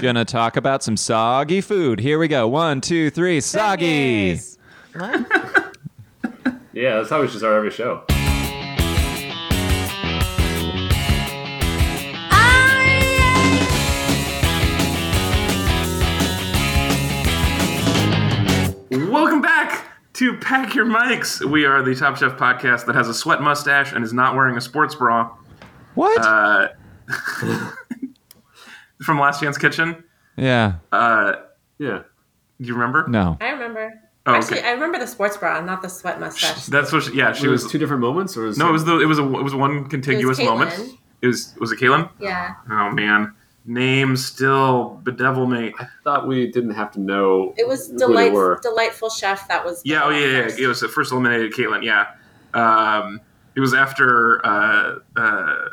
Gonna talk about some soggy food. Here we go. One, two, three. Soggy. Yes. What? Yeah, that's how we should start every show. Welcome back to Pack Your Mics. We are the Top Chef podcast that has a sweat mustache and is not wearing a sports bra. What? Uh, from Last Chance Kitchen. yeah. Uh, Yeah. do you remember? no. I remember. Oh, Actually, okay. I remember the sports bra, not the sweat mustache. That's what. She, yeah, she It was was. two different moments, or was No, it was the. It was a. It was one contiguous moment. Caitlin. It was. Was it Caitlin? Yeah, Oh man, name still bedevil me. I thought we didn't have to know. it was who they delightful, were. delightful chef. That was the Yeah, oh yeah, yeah, yeah. It was the first eliminated Caitlyn. Yeah, um, it was after uh, uh,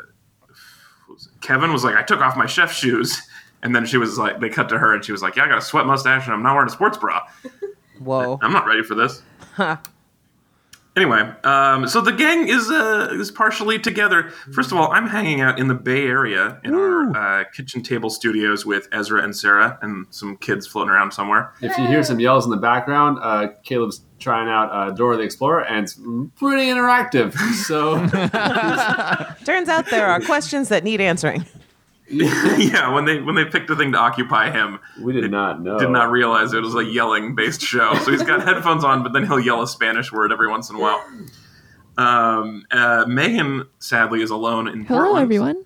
Kevin was like, "I took off my chef shoes," and then she was like, "They cut to her, and she was like, yeah, I got a sweat mustache, and I'm not wearing a sports bra. Whoa. I'm not ready for this." Huh. Anyway, um, so the gang is uh, is partially together. First of all, I'm hanging out in the Bay Area in our uh, kitchen table studios with Ezra and Sarah and some kids floating around somewhere. If you hear some yells in the background, uh, Caleb's trying out uh, Dora the Explorer, and it's pretty interactive. So Turns out there are questions that need answering. yeah, when they when they picked a thing to occupy him, we did not know. did not realize it was a yelling based show. So he's got headphones on, but then he'll yell a Spanish word every once in a while. Um, uh, Megan sadly is alone in Hello, Portland. everyone.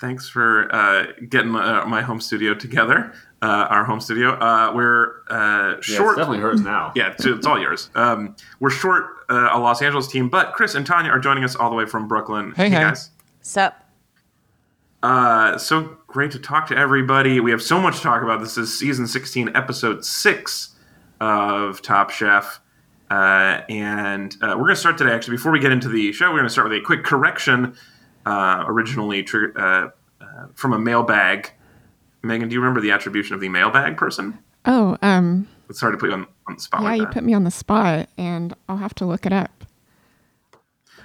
Thanks for uh, getting my, uh, my home studio together. Uh, our home studio. Uh, we're uh, Yeah, short. It's definitely hers now. yeah, it's, it's all yours. Um, we're short uh, a Los Angeles team, but Chris and Tanya are joining us all the way from Brooklyn. Hey, hey. guys. Sup? Uh, so great to talk to everybody. We have so much to talk about. This is season 16, episode 6 of Top Chef. Uh, and uh, we're going to start today, actually, before we get into the show, we're going to start with a quick correction uh, originally tr- uh, uh, from a mailbag. Megan, do you remember the attribution of the mailbag person? Oh, um, It's hard to put you on, on the spot yeah, like you that. put me on the spot, and I'll have to look it up.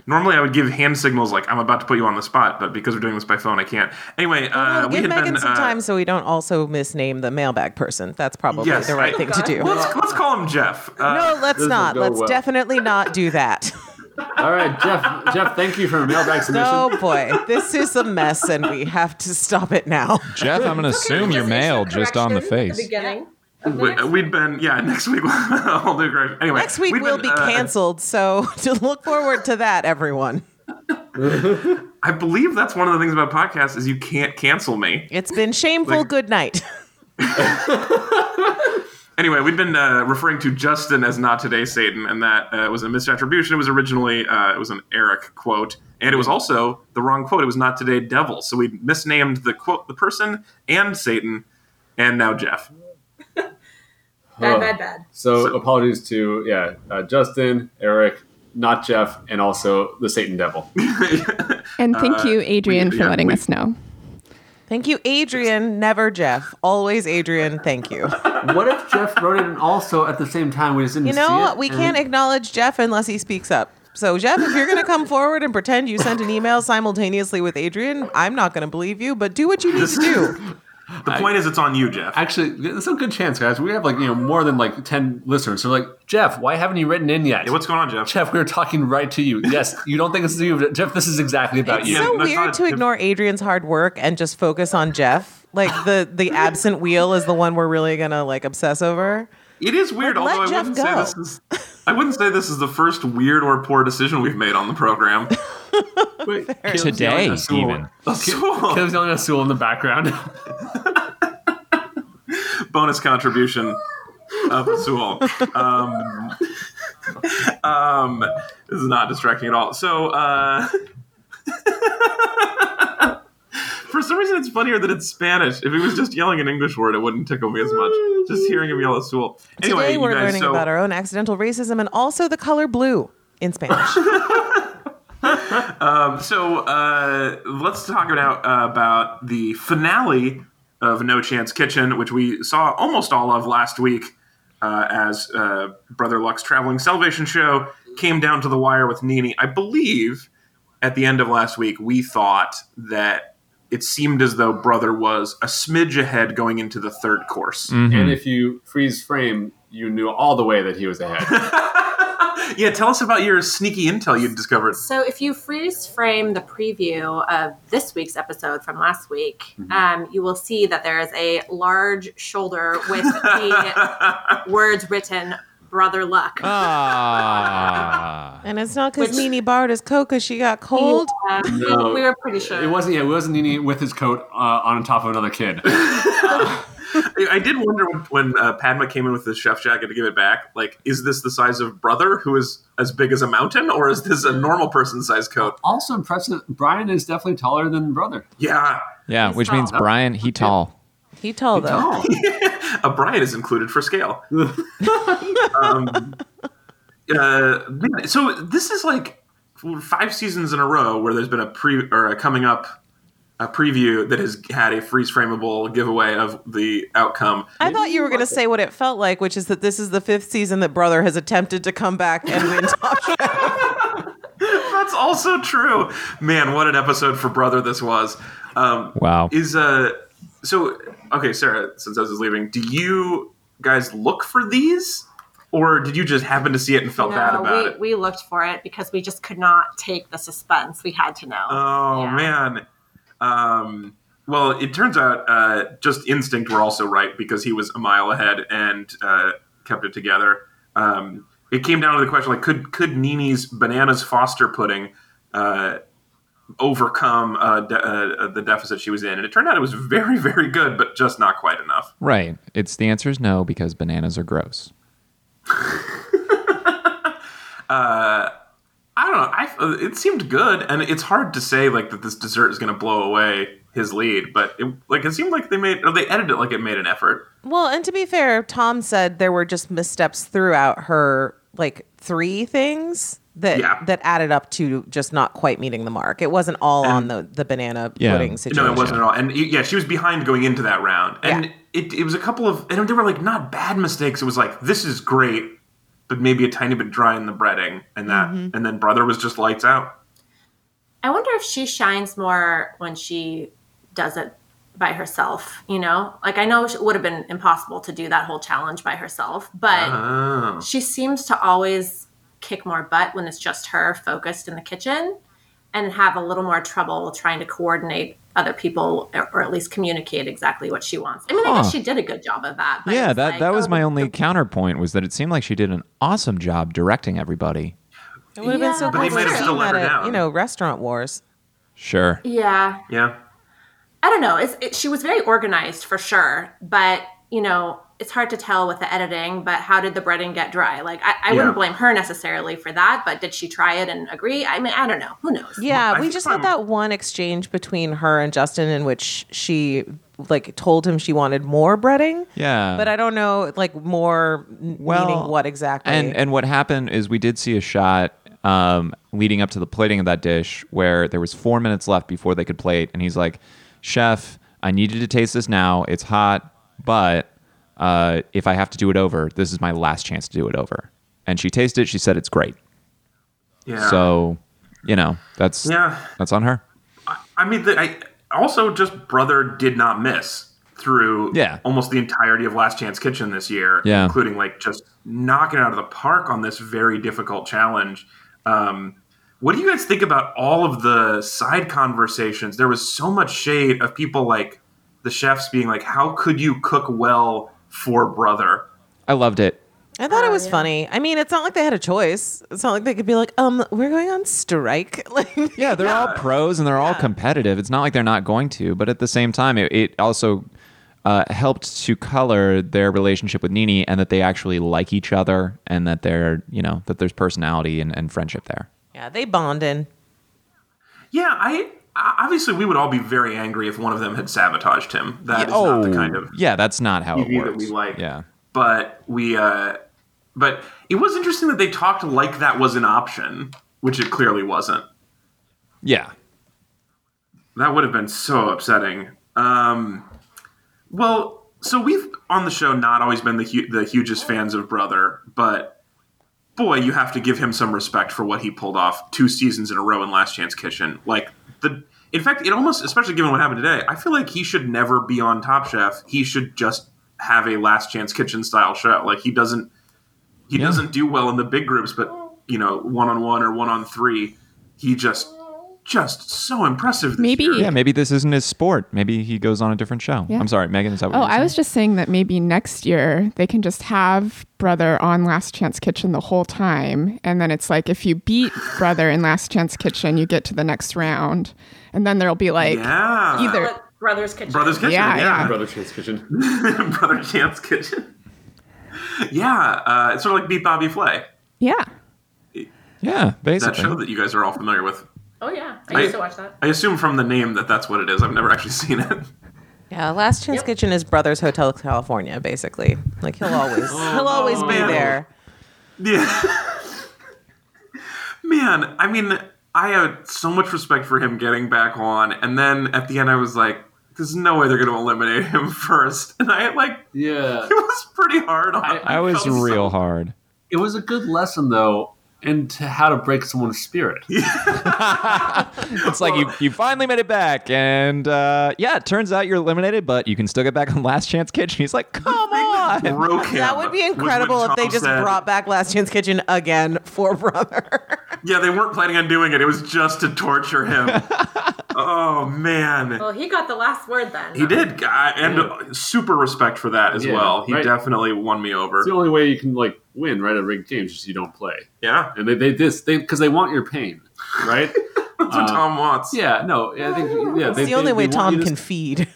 Normally, I would give hand signals like, I'm about to put you on the spot, but because we're doing this by phone, I can't. Anyway, uh, we Give had Megan been, some uh, time so we don't also misname the mailbag person. That's probably Yes, the right I- thing to do. Let's, let's call him Jeff. Uh, no, let's doesn't not. go Let's well. definitely not do that. All right, Jeff. Jeff, thank you for a mailbag submission. oh boy, this is a mess, and we have to stop it now. Jeff, I'm gonna assume you're male just on the The face. beginning. We, uh, we'd been yeah. Next week I'll do correction. Anyway, Next week we'd will been, be uh, canceled, so to look forward to that, everyone. I believe that's one of the things about podcasts is you can't cancel me. It's been shameful. Like- Good night. Anyway, we'd been uh, referring to Justin as not today Satan, and that uh, was a misattribution. It was originally uh, it was an Eric quote, and it was also the wrong quote. It was not today devil. So we misnamed the quote, the person, and Satan, and now Jeff. Bad, bad, bad. So apologies to yeah, uh, Justin, Eric, not Jeff, and also the Satan Devil. And thank you, Adrian, Uh, we- for yeah, letting we- us know. Thank you, Adrian. Never Jeff. Always Adrian. Thank you. what if Jeff wrote it and also at the same time we just didn't You see know it? what? We and can't acknowledge Jeff unless he speaks up. So, Jeff, if you're going to come forward and pretend you sent an email simultaneously with Adrian, I'm not going to believe you, but do what you need to do. The point is, it's on you, Jeff. Actually, it's a good chance, guys. We have like you know more than like ten listeners. So like, Jeff, why haven't you written in yet? Hey, what's going on, Jeff? Jeff, we were talking right to you. Yes, you don't think this is you, but Jeff. This is exactly about It's you. Yeah, so that's weird not- to ignore Adrian's hard work and just focus on Jeff. Like the the absent wheel is the one we're really going to like obsess over. It is weird, Like, let although I Jeff wouldn't go. say this is. I wouldn't say this is the first weird or poor decision we've made on the program. Wait, Caleb's yelling Today, at Sewell. even. So, Caleb's yelling at Sewell in the background. bonus contribution of Sewell. Um, um, this is not distracting at all. So, uh, for some reason, it's funnier that it's Spanish. If he was just yelling an English word, it wouldn't tickle me as much. Just hearing him yell at Sewell. Anyway, Today you we're guys, learning so- about our own accidental racism and also the color blue in Spanish. So uh, let's talk about uh, about the finale of No Chance Kitchen, which we saw almost all of last week, uh, as uh, Brother Luck's traveling salvation show came down to the wire with Nini. I believe at the end of last week we thought that it seemed as though Brother was a smidge ahead going into the third course. Mm-hmm. And if you freeze frame, you knew all the way that he was ahead. Yeah, tell us about your sneaky intel you discovered. So if you freeze frame the preview of this week's episode from last week, Mm-hmm. um, you will see that there is a large shoulder with the words written "Brother Luck." Ah. And it's not because Which- Nini borrowed his coat because she got cold. Uh, No, we were pretty sure it wasn't. Yeah, it wasn't any with his coat uh, on top of another kid. I I did wonder when, when uh, Padma came in with the chef jacket to give it back. Like, is this the size of Brother, who is as big as a mountain, or is this a normal person size coat? also impressive. Brian is definitely taller than brother. Yeah, Yeah, He's which means tall. Brian, he tall. He tall though. a Brian is included for scale. um, uh, man, so this is like five seasons in a row where there's been a pre or a coming up a preview that has had a freeze frameable giveaway of the outcome. I thought you were going to say what it felt like, which is that this is the fifth season that Brother has attempted to come back and win Top Chef. That's also true. Man, what an episode for Brother this was. Um, Wow. Is uh so okay, Sarah, since I was leaving, do you guys look for these? Or did you just happen to see it and felt No, bad about we, it? we looked for it because we just could not take the suspense. We had to know. Oh Yeah. man. Um, well, it turns out uh, just instinct were also right because he was a mile ahead and uh, kept it together. Um, it came down to the question like could could Nini's bananas foster pudding uh, overcome uh, de- uh, the deficit she was in? And it turned out it was very very good, but just not quite enough. Right. It's the answer is no because bananas are gross. I don't know. I, uh, it seemed good, and it's hard to say like that this dessert is going to blow away his lead, but it, like it seemed like they made or they edited it like it made an effort. Well, and to be fair, Tom said there were just missteps throughout her like three things that Yeah. that added up to just not quite meeting the mark. It wasn't all on the the banana Yeah. pudding No, situation. it wasn't at all. And y- yeah, she was behind going into that round, and Yeah. it, it was a couple of and they were like not bad mistakes. It was like this is great, but maybe a tiny bit dry in the breading, and that and then brother was just lights out. I wonder if she shines more when she does it by herself, you know? Like, I know it would have been impossible to do that whole challenge by herself, but Oh, she seems to always kick more butt when it's just her focused in the kitchen and have a little more trouble trying to coordinate other people or or at least communicate exactly what she wants. I mean, I Huh. guess she did a good job of that. but yeah, it's that like, that was oh, my the- only the- counterpoint was that it seemed like she did an awesome job directing everybody. It would have been so Yeah, cool But they to might have see still let that her at, down. you know, restaurant wars. Sure. Yeah. yeah. I don't know. It's, it, she was very organized for sure, but you know, it's hard to tell with the editing. But how did the breading get dry? Like, I, I Yeah. wouldn't blame her necessarily for that, but did she try it and agree? I mean, I don't know. Who knows? Yeah, I we think just I'm- had that one exchange between her and Justin in which she like told him she wanted more breading. Yeah. But I don't know, like more n- meaning what exactly. And and what happened is we did see a shot um, leading up to the plating of that dish where there was four minutes left before they could plate, and he's like, "Chef, I need you to taste this now. It's hot, but uh, if I have to do it over, this is my last chance to do it over." And she tasted it. She said it's great. Yeah. So, you know, that's Yeah. that's on her. I mean, the, I also just brother did not miss through Yeah. almost the entirety of Last Chance Kitchen this year, Yeah. including like just knocking it out of the park on this very difficult challenge. Um, what do you guys think about all of the side conversations? There was so much shade of people like the chefs being like, "How could you cook well for brother?" I loved it. I thought it was funny. I mean, it's not like they had a choice. It's not like they could be like, um, we're going on strike. Like, Yeah, they're all pros and they're all competitive. It's not like they're not going to, but at the same time, it, it also uh, helped to color their relationship with Nini and that they actually like each other and that they're, you know, that there's personality and, and friendship there. yeah, they bonding. Yeah, I I- obviously we would all be very angry if one of them had sabotaged him. That is not the Oh. kind of yeah, that's not how it TV works. that we like. Yeah. But we, uh, but it was interesting that they talked like that was an option, which it clearly wasn't. Yeah. That would have been so upsetting. Um, well, so we've on the show not always been the hu- the hugest fans of Brother, but boy, you have to give him some respect for what he pulled off two seasons in a row in Last Chance Kitchen. Like the In fact, it almost, especially given what happened today, I feel like he should never be on Top Chef. He should just have a Last Chance Kitchen style show. Like he doesn't, he Yeah. doesn't do well in the big groups, but you know, one on one or one on three, he just, just so impressive. this Maybe- year. Yeah, maybe this isn't his sport. Maybe he goes on a different show. Yeah. I'm sorry, Megan. Is that what Oh, you were I saying? was just saying that maybe next year they can just have Brother on Last Chance Kitchen the whole time. And then it's like if you beat Brother in Last Chance Kitchen, you get to the next round. And then there'll be like yeah, either. But Brothers Kitchen. Brothers Kitchen, Yeah, yeah. yeah. Brother Chance Kitchen. Brother Chan's Kitchen. Yeah, uh, it's sort of like Beat Bobby Flay, Yeah. yeah, that basically. show that you guys are all familiar with. Oh yeah, I used to watch that. I assume from the name that that's what it is. I've never actually seen it. Yeah, Last Chance Yep. Kitchen is Brothers Hotel California, basically. Like he'll always he'll always be man. there. Yeah. Man, I mean, I had so much respect for him getting back on, and then at the end, I was like, "There's no way they're going to eliminate him first. and I like it Yeah. was pretty hard. On. I was felt so- real hard. It was a good lesson though into how to break someone's spirit. It's like you, you finally made it back, and uh, yeah, it turns out you're eliminated, but you can still get back on Last Chance Kitchen. He's like, come Oh on. Broke him That would be was when incredible if they Tom just said- brought back Last Chance Kitchen again for Brother. Yeah, they weren't planning on doing it. It was just to torture him. oh man, Well, he got the last word then. he did, guy, and uh, super respect for that as Yeah, well. He right. definitely won me over. It's the only way you can like win, right? A rigged game is just you don't play, Yeah, and they they this they because they want your pain, right? that's what Uh, Tom wants. yeah, no, I think yeah. It's they- the only they- way they want Tom you to- can feed.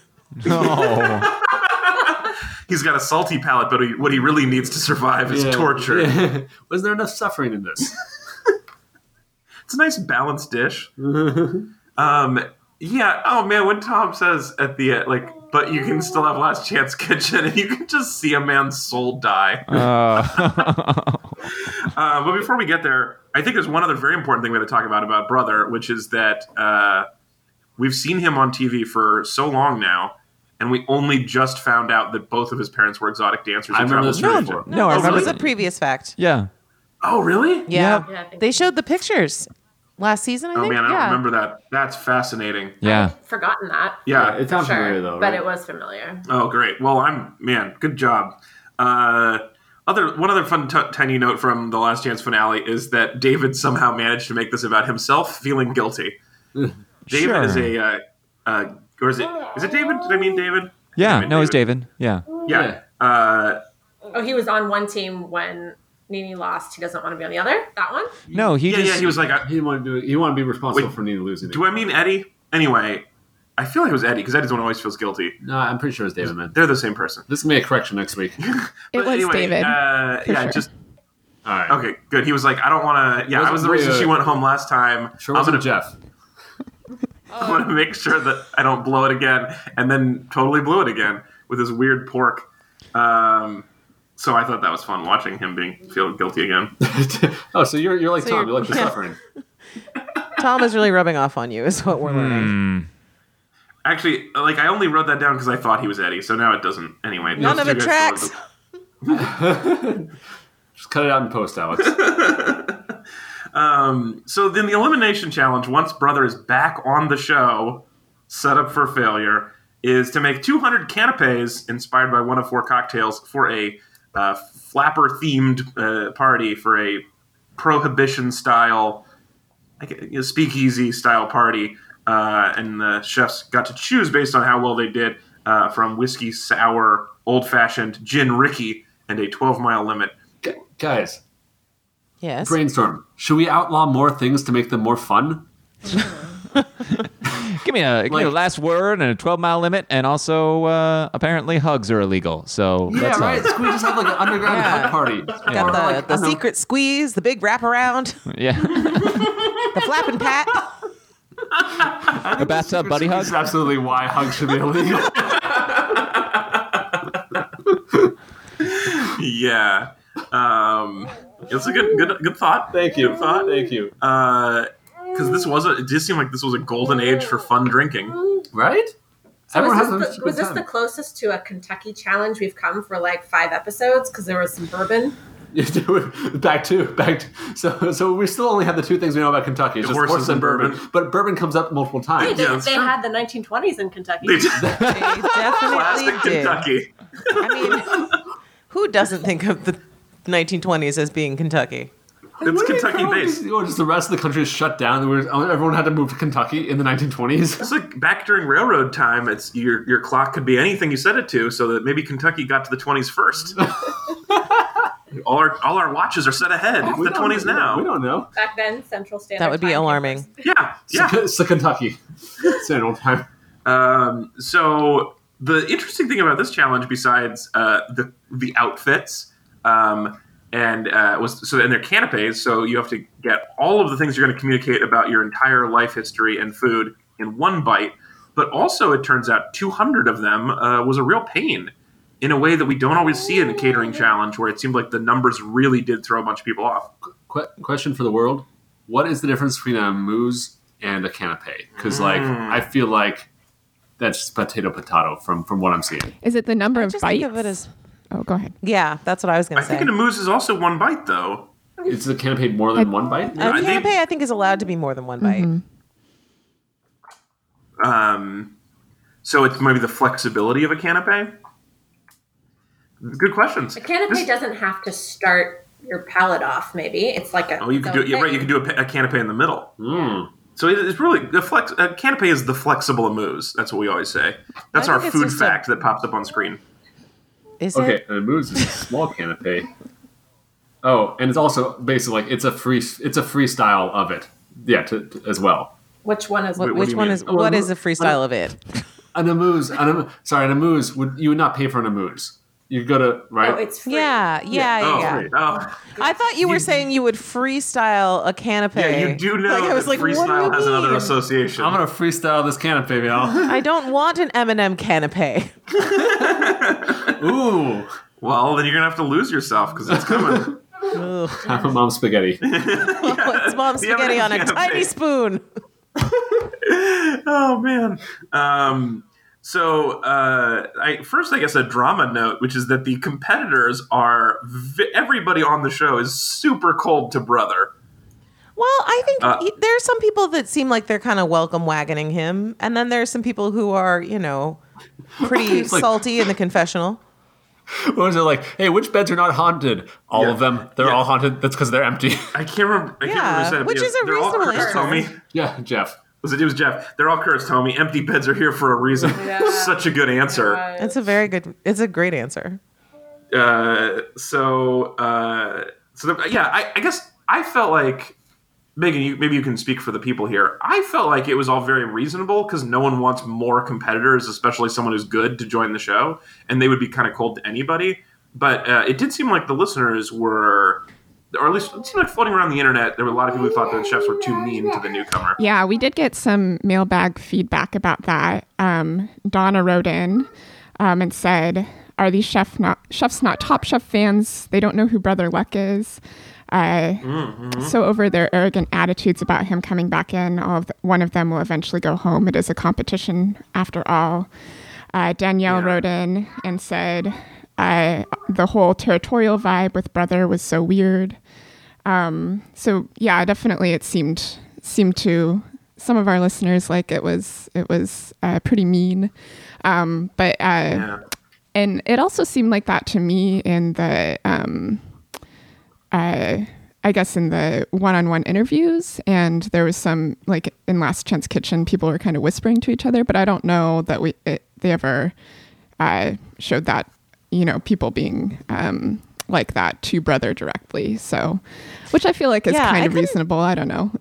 No. He's got a salty palate, but he, what he really needs to survive is Yeah. torture. Yeah. Was there enough suffering in this? It's a nice balanced dish. um, yeah. Oh man, when Tom says at the end, like, but you can still have last chance kitchen, and you can just see a man's soul die. Uh, Uh, but before we get there, I think there's one other very important thing we have to talk about about Brother, which is that uh, we've seen him on TV for so long now, and we only just found out that both of his parents were exotic dancers. I who remember traveled this to from Asia. before. no, I This remember was a that. previous fact. Yeah. Oh, really? Yeah. Yeah, I think- They showed the pictures last season, I Oh think. man, I don't yeah. remember that. That's fascinating. Yeah. Forgotten that. Yeah. It sounds sure, familiar though, but right? it was familiar. oh, great. Well, I'm man. Good job. Uh, other one other fun t- tiny note from the Last Chance finale is that David somehow managed to make this about himself feeling guilty. David Mm. Sure. is a, uh, uh, or is it is it David? Did I mean David? Yeah. No, it's David. Yeah. Yeah. Uh, Oh, he was on one team when Nini lost. He doesn't want to be on the other. That one. No, he yeah, just. yeah. He was like, I- He didn't want to do. He wanted to be responsible Wait, for Nina losing. it. "Do I mean Eddie?" Anyway, I feel like it was Eddie because Eddie's the one who always feels guilty. no, I'm pretty sure it's David, man. They're the same person. This may be a correction next week. It But was anyway, David. Uh, yeah, sure. just All right. okay. Good. He was like, "I don't want to." Yeah, I was the Wait, reason wait, she wait. went home last time. Sure I'm wasn't gonna Jeff. I want to make sure that I don't blow it again, and then totally blew it again with his weird pork. Um, so I thought that was fun watching him being feel guilty again. oh, so you're you're like So Tom. You you're- like the yeah. suffering. Tom is really rubbing off on you, is what we're learning. Actually, like I only wrote that down because I thought he was Eddie, so now it doesn't. Anyway, None those of two guys it tracks. totally- Just cut it out and post, Alex. So then the elimination challenge, once brother is back on the show, set up for failure, is to make 200 canapes inspired by one of four cocktails for a uh, flapper themed uh, party for a prohibition style, like you know, speakeasy style party. Uh, and the chefs got to choose based on how well they did uh, from whiskey sour, old fashioned, gin Ricky, and a 12 mile limit. Gu- Guys, Yes. brainstorm. Should we outlaw more things to make them more fun? Give me a give me a Like- last word and a 12 mile limit, and also uh, apparently hugs are illegal. So Yeah, that's right. So we just have like an underground Yeah. hug party. Or, Got the, like, I the Uh-huh. don't know, secret squeeze, the big wraparound, Yeah, the flap and pat. a bathtub buddy hug. It's absolutely why hugs should be illegal. Yeah. Um, it's a good, good, good thought. Thank you. Thank you. because this was a, it did seem like this was a golden age for fun drinking. Right? was Everyone this, has a the, good was this time. the closest to a Kentucky challenge we've come for like five episodes? Because there was some bourbon. back to back. To, so so we still only have the two things we know about Kentucky: it's just Horses horses and and bourbon. bourbon. But bourbon comes up multiple They, times. Yeah, that's they true. had the 1920s in Kentucky. They did that They definitely classic did. Kentucky. I mean, who doesn't think of the 1920s as being Kentucky? It's Wouldn't it Kentucky probably based. be- Or just the rest of the country is shut down. There was- uh, Everyone had to move to Kentucky in the 1920s. It's like back during railroad time. It's your your clock could be anything you set it to, so that maybe Kentucky got to the twenties first. all our all our watches are set ahead. It's We the don't- twenties we don't- We now. don't know. Back then, Central Standard. That would be Time alarming. Yeah, yeah. It's, the- it's the Kentucky. It's an old time. Um, so the interesting thing about this challenge, besides uh, the the outfits, um, and uh, was so and their canapes. So you have to get all of the things you're going to communicate about your entire life history and food in one bite. But also, it turns out 200 of them uh, was a real pain in a way that we don't always see in a catering challenge, where it seemed like the numbers really did throw a bunch of people off. Qu- question for the world: What is the difference between a mousse and a canapé? Because like I feel like that's just potato potato from from what I'm seeing. Is it the number of Just bites? think of it as oh, go ahead. yeah. That's what I was I gonna say. think an amuse is also one bite, though. Is the canapé more than one bite? A I think- canapé, I think, is allowed to be more than one bite. Um, so it's maybe the flexibility of a canape. Good questions. A canopy doesn't have to start your palate off. Maybe it's like a. Oh, you can do it. Yeah, right. You can do a, pa- a canape in the middle. Hmm. Mm. So it- it's really the flex. A canape is the flexible amuse. That's what we always say. That's I our think it's food just a- fact that pops up on screen. Is Okay, it? and a mousse is a small canapé. Oh, and it's also basically like it's a free it's a freestyle of it. Yeah, to, to- as well. Which one is Wh- what? what Which do you one mean? is? What is the I'm- freestyle of it? An amuse, an am- sorry, an amuse would you would not pay for an amuse. You go to right. Oh, it's free. Yeah, yeah, Oh, yeah. great. oh, I thought you were saying you would freestyle a canapé. yeah. You do know Like, I was that like, what do freestyle you has another mean? association. I'm gonna freestyle this canapé, y'all. I don't want an M&M canapé. Ooh, well, then you're gonna have to lose yourself because it's coming. Ugh. half a mom's spaghetti. It's mom The M&M spaghetti on a canapé. tiny spoon. oh man. Um, so uh, I, first, I guess a drama note, which is that the competitors are vi- everybody on the show is super cold to brother. Well, I think Uh, he, there are some people that seem like they're kind of welcome wagoning him, and then there are some people who are, you know, pretty like- salty in the confessional. What was it like? Hey, which beds are not haunted? All Yeah. of them. They're Yeah. all haunted. That's because they're empty. I can't remember. I can't Yeah, remember who said it, but which yeah, is a they're all reasonable cursed, answer. homie. yeah, Jeff. Was it, it was Jeff? They're all cursed, homie. Empty beds are here for a reason. Yeah. Such a good answer. It's a very good. It's a great answer. Uh, so uh, so the, yeah, I, I guess I felt like Megan, you, maybe you can speak for the people here. I felt like it was all very reasonable because no one wants more competitors, especially someone who's good to join the show, and they would be kind of cold to anybody. But uh, it did seem like the listeners were, or at least it seemed like floating around the internet, there were a lot of people who thought the chefs were too mean to the newcomer. Yeah, we did get some mailbag feedback about that. Um, Donna wrote in um, and said, "Are these chef not chefs not Top Chef fans? They don't know who Brother Luck is." Uh, So over their arrogant attitudes about him coming back in, all of the, one of them will eventually go home. It is a competition after all. Uh, Danielle wrote in and said, uh, "The whole territorial vibe with Brother was so weird." so yeah definitely it seemed seemed to some of our listeners like it was it was uh, pretty mean um, but uh, Yeah. and it also seemed like that to me in the um, uh, i guess in the one-on-one interviews and there was some like in last chance kitchen people were kind of whispering to each other but i don't know that we it, they ever uh, showed that you know people being um, like that to brother directly so which i feel like is Yeah, I kind of couldn't- reasonable i don't know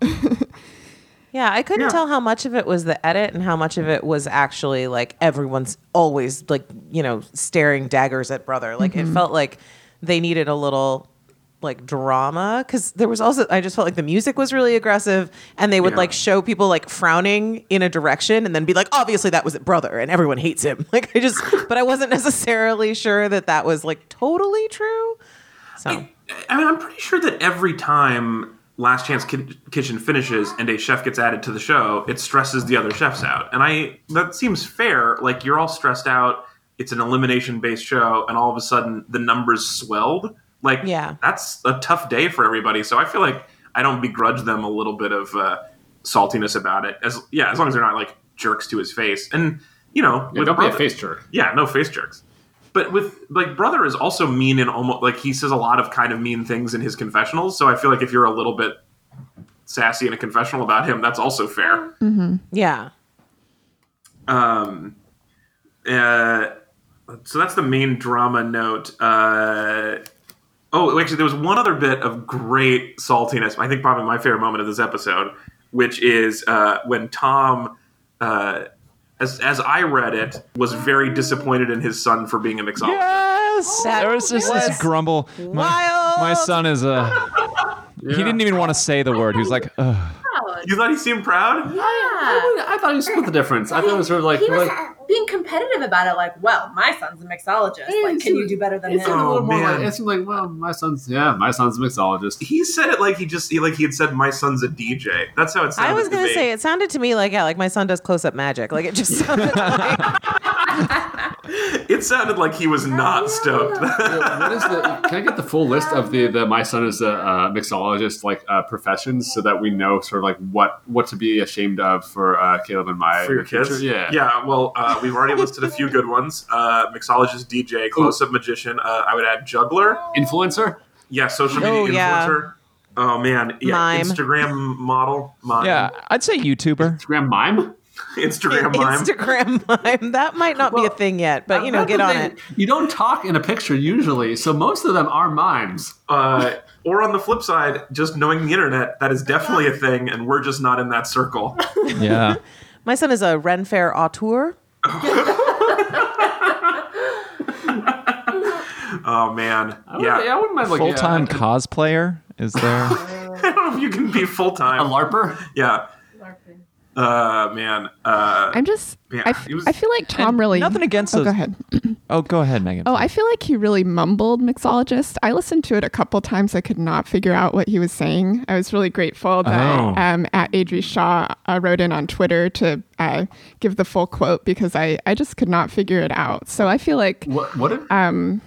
Yeah, I couldn't Yeah. tell how much of it was the edit and how much of it was actually like everyone's always like, you know, staring daggers at brother. Like Mm-hmm. it felt like they needed a little like drama cuz there was also I just felt like the music was really aggressive and they would Yeah. like show people like frowning in a direction and then be like obviously that was at brother and everyone hates him. Like I just but I wasn't necessarily sure that that was like totally true. So I mean, I'm pretty sure that every time Last Chance Ki- Kitchen finishes and a chef gets added to the show, it stresses the other chefs out, and I that seems fair. Like you're all stressed out. It's an elimination based show, and all of a sudden the numbers swelled. Like, Yeah. that's a tough day for everybody. So I feel like I don't begrudge them a little bit of uh, saltiness about it. As yeah, as long as they're not like jerks to his face, and you know, Yeah, don't be a brother- face jerk. yeah, no face jerks. But with like brother is also mean and almost like he says a lot of kind of mean things in his confessionals. So I feel like if you're a little bit sassy in a confessional about him, that's also fair. Yeah. Um, uh, so that's the main drama note. Uh, oh, actually, there was one other bit of great saltiness. I think probably my favorite moment of this episode, which is uh, when Tom, uh, as as I read it, was very disappointed in his son for being a mixologist. Yes, That there was just was this grumble. My, wild. my son is a. He didn't even want to say the word. He was like, Ugh. Proud. You thought he seemed proud? Yeah. I thought he split the difference. I thought it was sort of like, he was like being competitive about it, like, well, my son's a mixologist. Like, can you do better than it seemed a him? Oh, little more man. like, it seemed like, well, my son's yeah, my son's a mixologist. He said it like he just he, like he had said, "My son's a DJ." That's how it sounded. I was going gonna say it sounded to me like yeah, like my son does close up magic. Like it just sounded like it sounded like he was not stoked. Yeah, what is the? Can I get the full list of the, the my son is a uh, mixologist like uh, professions so that we know sort of like what what to be ashamed of for uh, Caleb and my for your in the future? kids. Yeah, yeah. Well, uh, we've already listed a few good ones: uh, mixologist, DJ, close-up magician. Uh, I would add juggler. Influencer. Yeah, social media Oh, yeah. influencer. Oh man, yeah, Mime. Instagram model, mime. yeah, I'd say YouTuber. Instagram mime. Instagram mime. Instagram mime. That might not be a thing yet, but you know, That's get the on thing. it. You don't talk in a picture usually, so most of them are mimes. Oh, uh, or on the flip side, just knowing the internet, that is definitely a thing, and we're just not in that circle. Yeah. My son is a Ren Fair auteur. Oh man, I wouldn't- I yeah. wouldn't mind like Full time yeah, cosplayer is there? I don't know if you can be full a time. larper. Yeah. Uh man, uh, I'm just. Yeah, I, f- it was- I feel like Tom really. nothing against oh, those- Go ahead. Oh, go ahead, Megan. Oh, I feel like he really mumbled mixologist. I listened to it a couple times. I could not figure out what he was saying. I was really grateful that Oh. um, at Adri Shaw uh, wrote in on Twitter to uh, give the full quote because I, I just could not figure it out. So I feel like What? What? Did,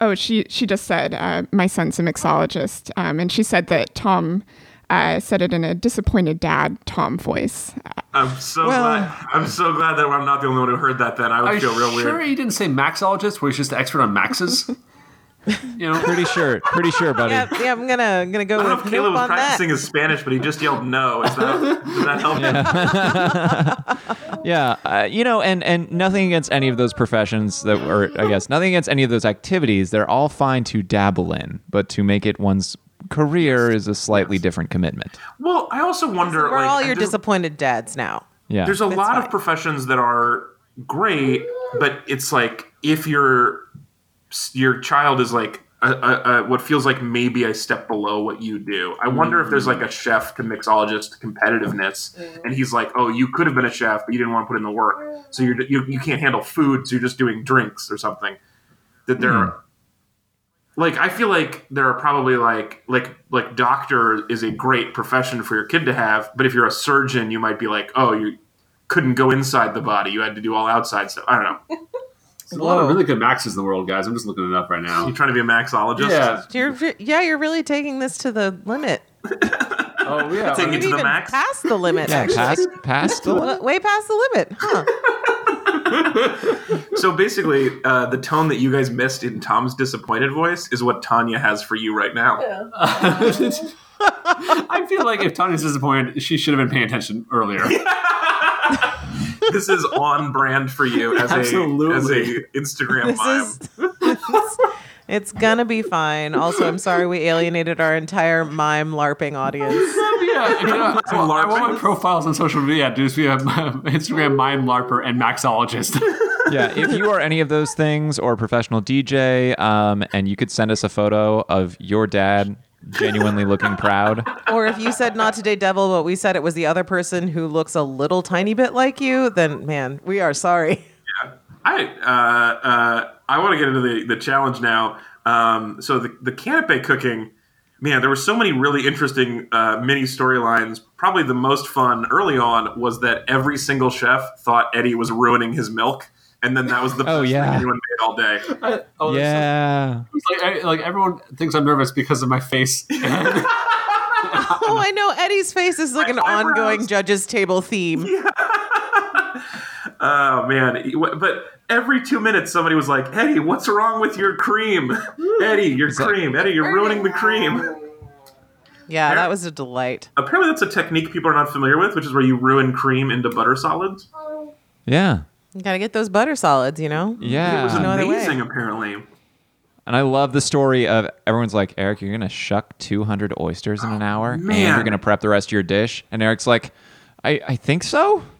Oh, she she just said uh, my son's a mixologist, um, and she said that Tom uh, said it in a disappointed dad Tom voice. I'm so glad. I'm so glad that I'm not the only one who heard that. Then I would are you feel real sure weird. you didn't say maxologist, where he's just an expert on maxes? you know, pretty sure. Pretty sure, buddy. Yeah, yeah, I'm gonna I'm gonna go I don't know with if nope Caleb was on that. practicing his Spanish, but he just yelled no. Is that, does that help? Yeah, uh, you know, and and nothing against any of those professions that were, I guess, nothing against any of those activities. They're all fine to dabble in, but to make it one's career is a slightly different commitment. Well, I also wonder. We're like, all your there's, disappointed dads now. Yeah, there's a lot of fine. professions that are great, but it's like if your your child is like a, a, a, what feels like maybe a step below what you do. I wonder if there's like a chef to mixologist competitiveness, and he's like, "Oh, you could have been a chef, but you didn't want to put in the work, so you're, you you can't handle food, so you're just doing drinks or something." That there are like I feel like there are probably like like like doctor is a great profession for your kid to have, but if you're a surgeon, you might be like, oh, you couldn't go inside the body; you had to do all outside stuff. I don't know. there's a lot of really good maxes in the world, guys. I'm just looking it up right You now. trying to be a maxologist? Yeah. You're re- yeah, you're really taking this to the limit. Oh yeah. Take it to You've the even max. past the limit, yeah, actually. past past the- W- Way past the limit, huh? So basically, uh, the tone that you guys missed in Tom's disappointed voice is what Tanya has for you right now. I feel like if Tanya's disappointed, she should have been paying attention earlier. This is on brand for you as Absolutely. a as a Instagram This mime. is. It's gonna be fine. Also, I'm sorry we alienated our entire mime LARPing audience. yeah, you know, I, want- I want my LARPers. profiles on social media. Just be a Instagram mime larper and maxologist. yeah. If you are any of those things or a professional DJ, um, and you could send us a photo of your dad genuinely looking proud. Or if you said not today, devil, but we said it was the other person who looks a little tiny bit like you, then man, we are sorry. I uh, uh, I want to get into the, the challenge now. Um, so the the canape cooking, man, there were so many really interesting uh, mini storylines. Probably the most fun early on was that every single chef thought Eddie was ruining his milk, and then that was the Oh, best yeah. thing anyone made all day. I, oh, it's yeah. Like, like, I, like everyone thinks I'm nervous because of my face. Oh, I know Eddie's face is like an ongoing judges table theme. Oh man! But every two minutes, somebody was like, "Eddie, what's wrong with your cream? Eddie, your like- cream. Eddie, you're ruining the cream." Yeah, that was a delight. Apparently, that's a technique people are not familiar with, which is where you ruin cream into butter solids. Yeah. You gotta get those butter solids, you know? It was Yeah. No other way. amazing, apparently. And I love the story of everyone's like, Eric, you're gonna shuck 200 oysters Oh, in an hour, and man. you're gonna prep the rest of your dish. And Eric's like, I, I think so.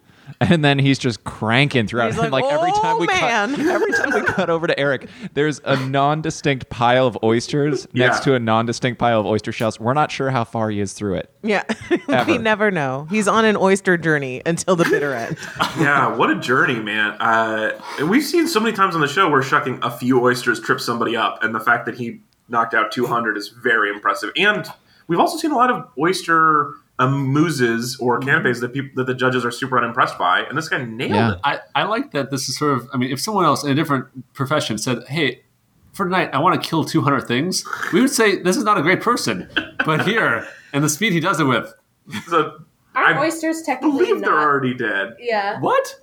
And then he's just cranking throughout. He's And, like, every "Oh, time we cut, man." every time we cut over to Eric, there's a non-distinct pile of oysters Yeah. next to a non-distinct pile of oyster shells. We're not sure how far he is through it. Yeah. we Ever. never know. He's on an oyster journey until the bitter end. Yeah, what a journey, man. Uh, and we've seen so many times on the show where shucking a few oysters trips somebody up, and the fact that he knocked out 200 is very impressive. And we've also seen a lot of oyster um, mousses or canapes that, people, that the judges are super unimpressed by, and this guy nailed Yeah. it. I, I like that this is sort of, I mean, if someone else in a different profession said, hey, for tonight, I want to kill 200 things, we would say, this is not a great person. But here, and the speed he does it with. So Aren't I oysters technically believe they're not- already dead. Yeah. What?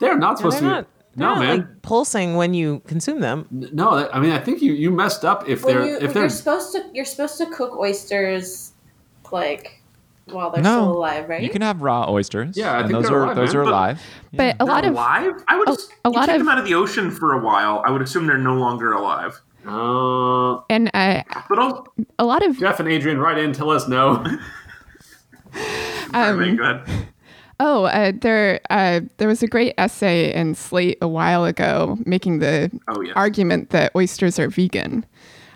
They're not supposed they're to not- be. No, They're not, man. Like pulsing when you consume them. No, I mean, I think you, you messed up if When they're. you, if you're they're supposed to, you're supposed to cook oysters like while they're No. still alive, right? You can have raw oysters. Yeah, I and think those they're are alive, those man. are But- alive. But a lot of alive? I would a- just a you lot take of- them out of the ocean for a while. I would assume they're no longer alive. Uh, and uh, But also, a lot of Jeff and Adrian, write in, tell us no. I mean, go ahead. Oh, uh, there uh, there was a great essay in Slate a while ago making the Oh, yeah. argument that oysters are vegan.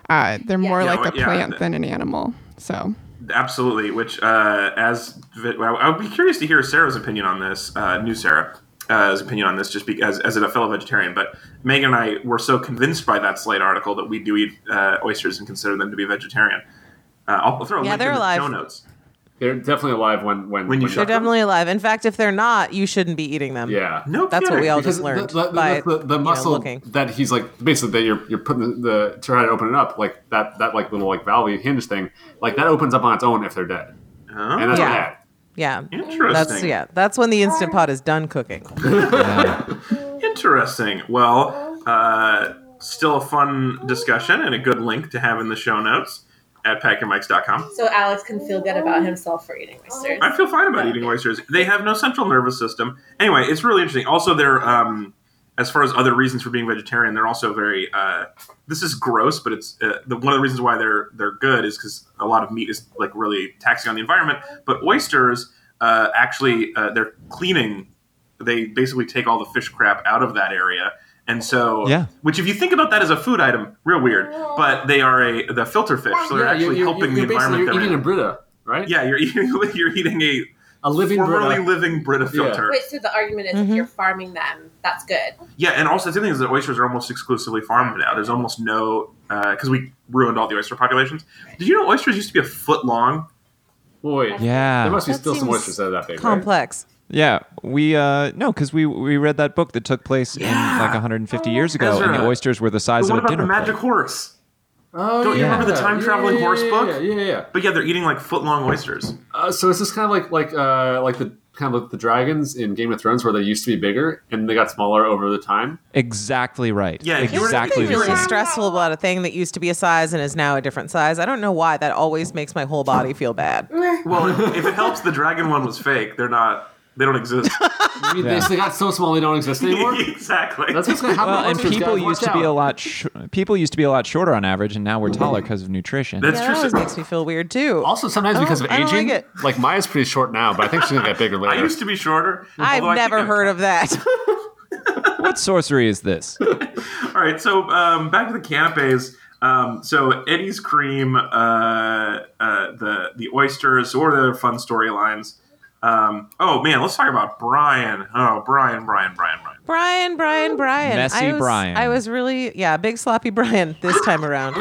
Uh, they're more Yeah, oh, like a yeah, plant the- than an animal. So Absolutely. Which, uh, as I would be curious to hear Sarah's opinion on this, uh, new Sarah's opinion on this, just because as a fellow vegetarian. But Megan and I were so convinced by that Slate article that we do eat uh, oysters and consider them to be vegetarian. Uh, I'll throw a Yeah, link they're in the alive. show notes. They're definitely alive when. When, When you They're shut- definitely alive. In fact, if they're not, you shouldn't be eating them. Yeah. Uh, No, That's what kidding. we all Because just learned. The, the, by, the, the- the you know, muscle looking. that he's like basically that you're you're putting the, the to try to open it up like that that like little like valve hinge thing like that opens up on its own if they're dead Oh, and that's Yeah. bad. Yeah. interesting. That's yeah. That's when the instant pot is done cooking. Interesting. Well, uh, still a fun discussion and a good link to have in the show notes at packandmikes.com. So Alex can feel good about himself for eating oysters. I feel fine about eating oysters. They have no central nervous system. Anyway, it's really interesting. Also, they're um, as far as other reasons for being vegetarian, they're also very. Uh, this is gross, but it's uh, the one of the reasons why they're they're good is because a lot of meat is like really taxing on the environment. But oysters uh, actually uh, they're cleaning. They basically take all the fish crap out of that area. And so, Yeah. which if you think about that as a food item, real weird. But they are a the filter fish, so they're Yeah, actually you're, helping you're the basically- environment. You're they're eating in. a Brita, right? yeah, you're eating you're eating a a living formerly Brita. living Brita filter. Wait, so the argument is Mm-hmm. if you're farming them, that's good. Yeah, and also the other thing is that oysters are almost exclusively farmed now. There's almost no because we ruined all the oyster populations. Did you know oysters used to be a foot long? Well, wait, there Yeah. must be That still some seems oysters out of that thing. Right? Complex. Yeah. We uh no, because we we read that book that took place in Yeah. Oh, like 150 years ago, Ezra. and the oysters were the size But of what a about dinner. the magic plate. horse? Oh, Don't you yeah. remember the time traveling yeah, horse yeah, book? Yeah, yeah, yeah. But yeah, they're eating like foot long oysters. Uh, so it's just kind of like like uh, like the kind of like the dragons in Game of Thrones where they used to be bigger and they got smaller over the time. Exactly right. Yeah, if you were- exactly. if you the were- same. really stressful about a thing that used to be a size and is now a different size. I don't know why that always makes my whole body feel bad. Well, if it helps, the dragon one was fake. They're not. They don't exist. I mean, Yeah. they, they got so small they don't exist anymore. exactly. That's what's going to happen. Well, to and oysters, people guys. Watch used to be out. a lot sh- people used to be a lot shorter on average, and now we're taller because of nutrition. That's Yeah, true. that always So- makes me feel weird too. Also, sometimes I because of don't- Oh, I don't aging, like like, Maya's pretty short now, but I think she's gonna get bigger I later. used to be shorter. I've although I never think I- heard of that. what sorcery is this? All right, so um, back to the canapes. Um, so Eddie's cream, uh, uh, the the oysters, or the fun storylines. Um, oh man, let's talk about Brian. Oh, Brian, Brian, Brian, Brian. Brian, Brian, Brian. Messy I was, Brian. I was really, yeah, big sloppy Brian this time around.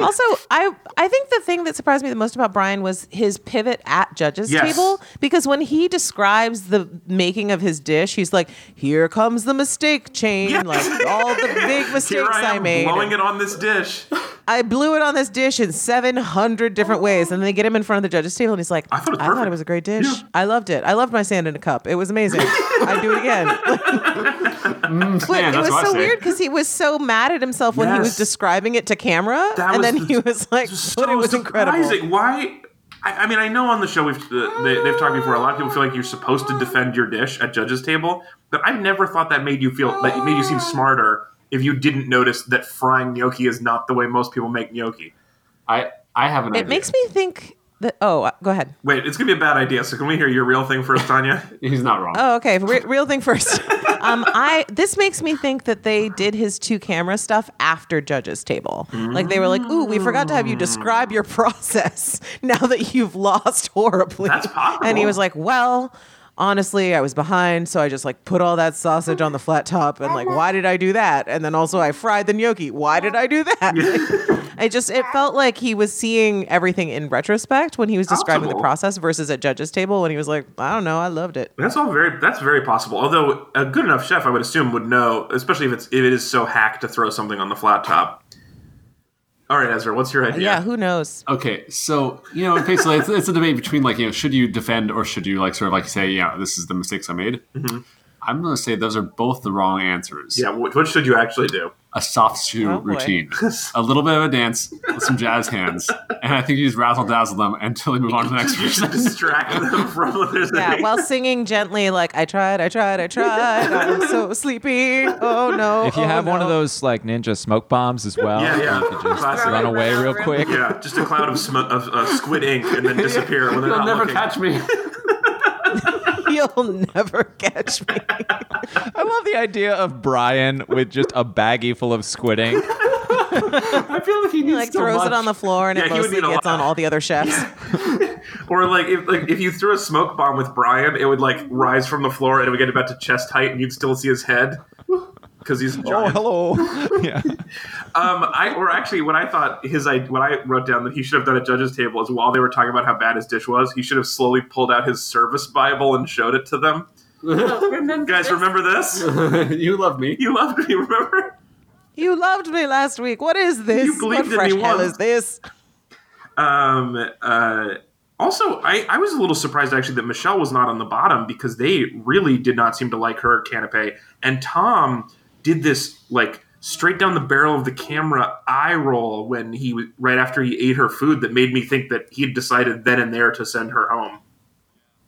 also, I I think the thing that surprised me the most about Brian was his pivot at judges Yes. table because when he describes the making of his dish, he's like, "Here comes the mistake chain, like all the big Here mistakes I I, am made. blowing it on this dish. I blew it on this dish in 700 different ways." And then they get him in front of the judges table and he's like, "I thought it was thought perfect." it was a great dish. Yeah. I loved it. I loved my sand in a cup. It was amazing. I'd do it again." Mm, But Man, it that's was what I so say. weird because he was so mad at himself when he Yes. was describing it to camera, That and was then the- he was like, "But it was incredible." surprising. Why? I, I mean, I know on the show we've uh, they, they've talked before. A lot of people feel like you're supposed to defend your dish at judges' table, but I never thought that made you feel that it made you seem smarter if you didn't notice that frying gnocchi is not the way most people make gnocchi. I I have an idea. It makes me think that. Oh, uh, go ahead. Wait, it's gonna be a bad idea. So can we hear your real thing first, Tanya? He's not wrong. Oh, okay. Re- real thing first. um, I this makes me think that they did his two camera stuff after judges table. Like they were like, "Ooh, we forgot to have you describe your process now that you've lost horribly." That's possible. And he was like, "Well." Honestly, I was behind, so I just like put all that sausage on the flat top and like, why did I do that? And then also I fried the gnocchi. Why did I do that? Like, I just it felt like he was seeing everything in retrospect when he was describing the Possible. process versus at judges table when he was like, I don't know, I loved it. That's all very. That's very possible. Although a good enough chef, I would assume, would know, especially if it's if it is so hack to throw something on the flat top. All right, Ezra, what's your idea? Yeah, who knows? Okay, so you know, basically, it's, it's a debate between like you know, should you defend or should you like sort of like say, yeah, this is the mistakes I made. I'm going to say those are both the wrong answers. yeah. What, what should you actually do? A soft shoe Oh, boy. routine, a little bit of a dance with some jazz hands, and I think you just razzle dazzle them until they move on to the next You should person. distract them from what they're Yeah, saying. while singing gently, like I tried, I tried, I tried. I'm so sleepy. Oh no! If you oh, have one of no. those like ninja smoke bombs as well, Yeah, you yeah. could just Classic. run away real Run quick. Yeah, just a cloud of, sm- of uh, squid ink and then disappear when they're You'll not never looking. catch me. you'll never catch me. I love the idea of Brian with just a baggie full of squid ink. I feel like he He, needs like so throws it much. on the floor, and Yeah, he it would mostly need a gets lot. on all the other chefs. Or like if like if you threw a smoke bomb with Brian, it would like rise from the floor and it would get about to chest height, and you'd still see his head because he's a Oh, giant. hello. yeah. Um, I or actually, what I thought his I what I wrote down that he should have done at judges' table is while they were talking about how bad his dish was, he should have slowly pulled out his service Bible and showed it to them. remember Guys, this? remember this? you love me. You loved me, remember? You loved me last week. What is this? You believed in what fresh me hell once. is this? Um, uh, also, I, I was a little surprised actually that Michelle was not on the bottom because they really did not seem to like her canape. And Tom did this like straight down the barrel of the camera eye roll when he was- right after he ate her food that made me think that he had decided then and there to send her home.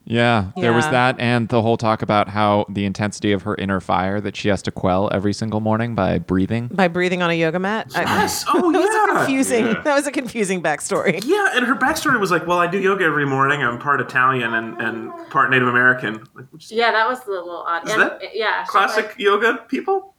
Yeah, there was Yeah. that, and the whole talk about how the intensity of her inner fire that she has to quell every single morning by breathing. By breathing on a yoga mat. I- Yes. Oh, that was a yeah. confusing. Yeah. That was a confusing backstory. Yeah, and her backstory was like, "Well, I do yoga every morning. I'm part Italian and, and part Native American." Like, which is Yeah, that was a little odd. Is And- that yeah, she's classic like- yoga people.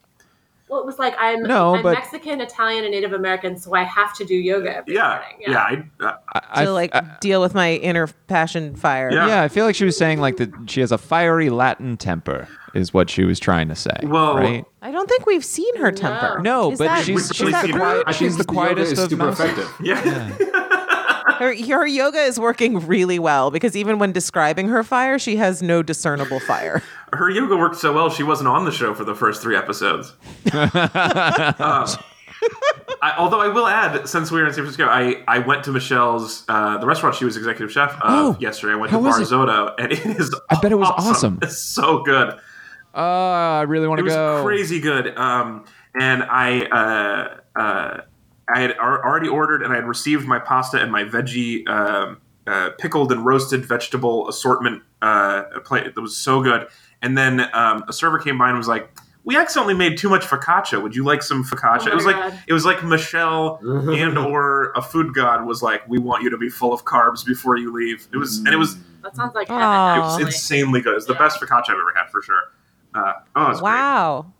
well, it was like I'm, No, I'm but- Mexican, Italian, and Native American, so I have to do yoga every Yeah, morning. yeah. I, uh, I- to like deal with my inner passion fire. Yeah. yeah, I feel like she was saying like that she has a fiery Latin temper is what she was trying to say. Well- right? I don't think we've seen her temper. No, Is but that- she's We've she's seen the her. quiet, I she's the think yoga quietest is of super mice. effective. yeah. Her, her yoga is working really well because even when describing her fire, she has no discernible fire. her yoga worked so well she wasn't on the show for the first three episodes. Um, I, although I will add, since we were in San Francisco, I, I went to Michelle's uh, the restaurant she was executive chef of Oh, yesterday. I went to how was it? Barzotto, and it is I bet it was awesome. It's so good. Oh, I really want It to was go. crazy good. Um, and I uh, uh, I had ar- already ordered and I had received my pasta and my veggie um uh, pickled and roasted vegetable assortment uh, plate that was so good. And then um, a server came by and was like, "We accidentally made too much focaccia. Would you like some focaccia?" Oh it was my like God. it was like Michelle and or a food god was like, "We want you to be full of carbs before you leave." It was and it was That sounds like Aw. heaven. it was actually. insanely good. It was the Mm. Yeah. best focaccia I've ever had for sure. Uh, oh, it was great. Wow.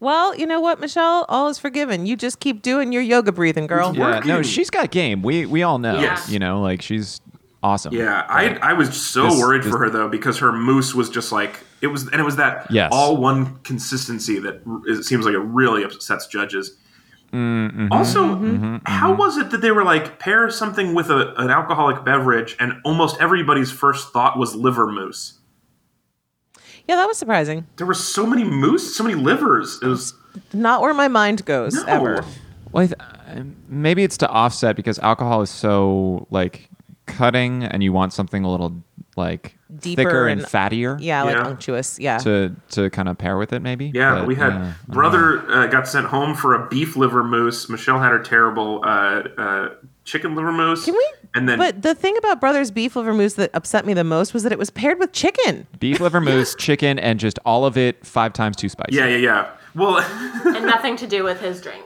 Well, you know what, Michelle? All is forgiven. You just keep doing your yoga breathing, girl. Yeah, no, working. she's got game. We we all know. Yes. You know, like she's awesome. Yeah, I I was so This- worried this- for her though because her moose was just like it was, and it was that Yes. all one consistency that r- it seems like it really upsets judges. Mm-hmm. Also, Mm-hmm. how was it that they were like pair something with a, an alcoholic beverage, and almost everybody's first thought was liver moose? Yeah, that was surprising. There were so many moose, so many livers. It was Not where my mind goes no. ever. Well, I th- maybe it's to offset because alcohol is so like cutting, and you want something a little like Deeper thicker and, and- fattier. Yeah, like Yeah. unctuous. Yeah. To to kind of pair with it, maybe. Yeah, But, we had yeah, I don't know. brother uh, got sent home for a beef liver moose. Michelle had her terrible uh, uh, chicken liver moose. Can we? And then but the thing about Brothers Beef Liver Moose that upset me the most was that it was paired with chicken. beef liver mousse, chicken, and just all of it five times too spicy. yeah, yeah, yeah. Well, and nothing to do with his drink.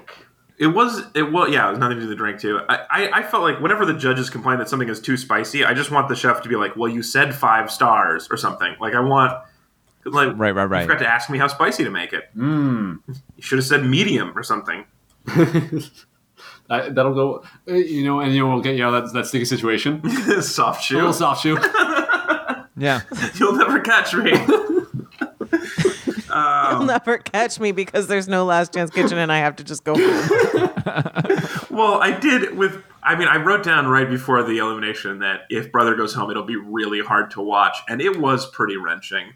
it was it was yeah. It was nothing to do with the drink too. I, I I felt like whenever the judges complain that something is too spicy, I just want the chef to be like, "Well, you said five stars or something." Like I want like Right, right, You right. forgot to ask me how spicy to make it. Mm. You should have said medium or something. I, that'll go. uh, You know, and you will get you know that that sticky situation. A Soft shoe. little soft shoe. Yeah. You'll never catch me. Oh. You'll never catch me because there's no Last Chance Kitchen and I have to just go home. Well, I did with. I mean, I wrote down right before the elimination that if Brother goes home, it'll be really hard to watch, and it was pretty wrenching.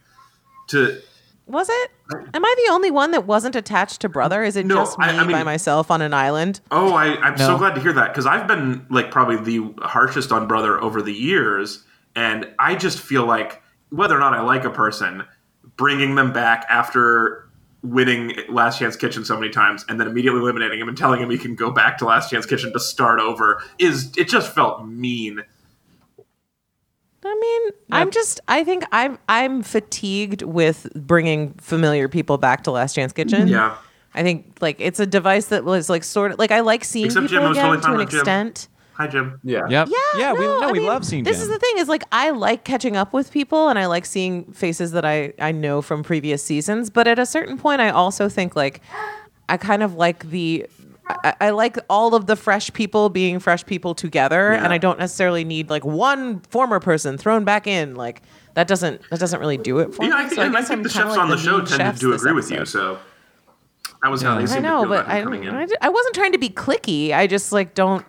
To Was it? Am I the only one that wasn't attached to Brother? Is it No, just me I- I mean- by myself on an island? oh, I, I'm so No. glad to hear that because I've been like probably the harshest on Brother over the years, and I just feel like whether or not I like a person, bringing them back after winning Last Chance Kitchen so many times and then immediately eliminating him and telling him he can go back to Last Chance Kitchen to start over is it just felt mean. I mean, I'm just. I think I'm. I'm fatigued with bringing familiar people back to Last Chance Kitchen. Yeah. I think like it's a device that was like sort of like I like seeing Except people Jim, it was again totally to fine an with Jim. extent. Hi, Jim. Yeah. Yep. Yeah, we no, no, I we mean, love seeing This Jim. is the thing is like I like catching up with people, and I like seeing faces that I I know from previous seasons. But at a certain point, I also think like I kind of like the. I, I like all of the fresh people being fresh people together, Yeah. and I don't necessarily need like one former person thrown back in. Like that doesn't that doesn't really do it for Yeah, me. I think, So and I guess think I'm the kinda chefs like on the, the show lead tended chefs to this agree with episode. you, so that was how they I seemed to know, feel but about him I, coming in. I, I wasn't trying to be clicky. I just like don't.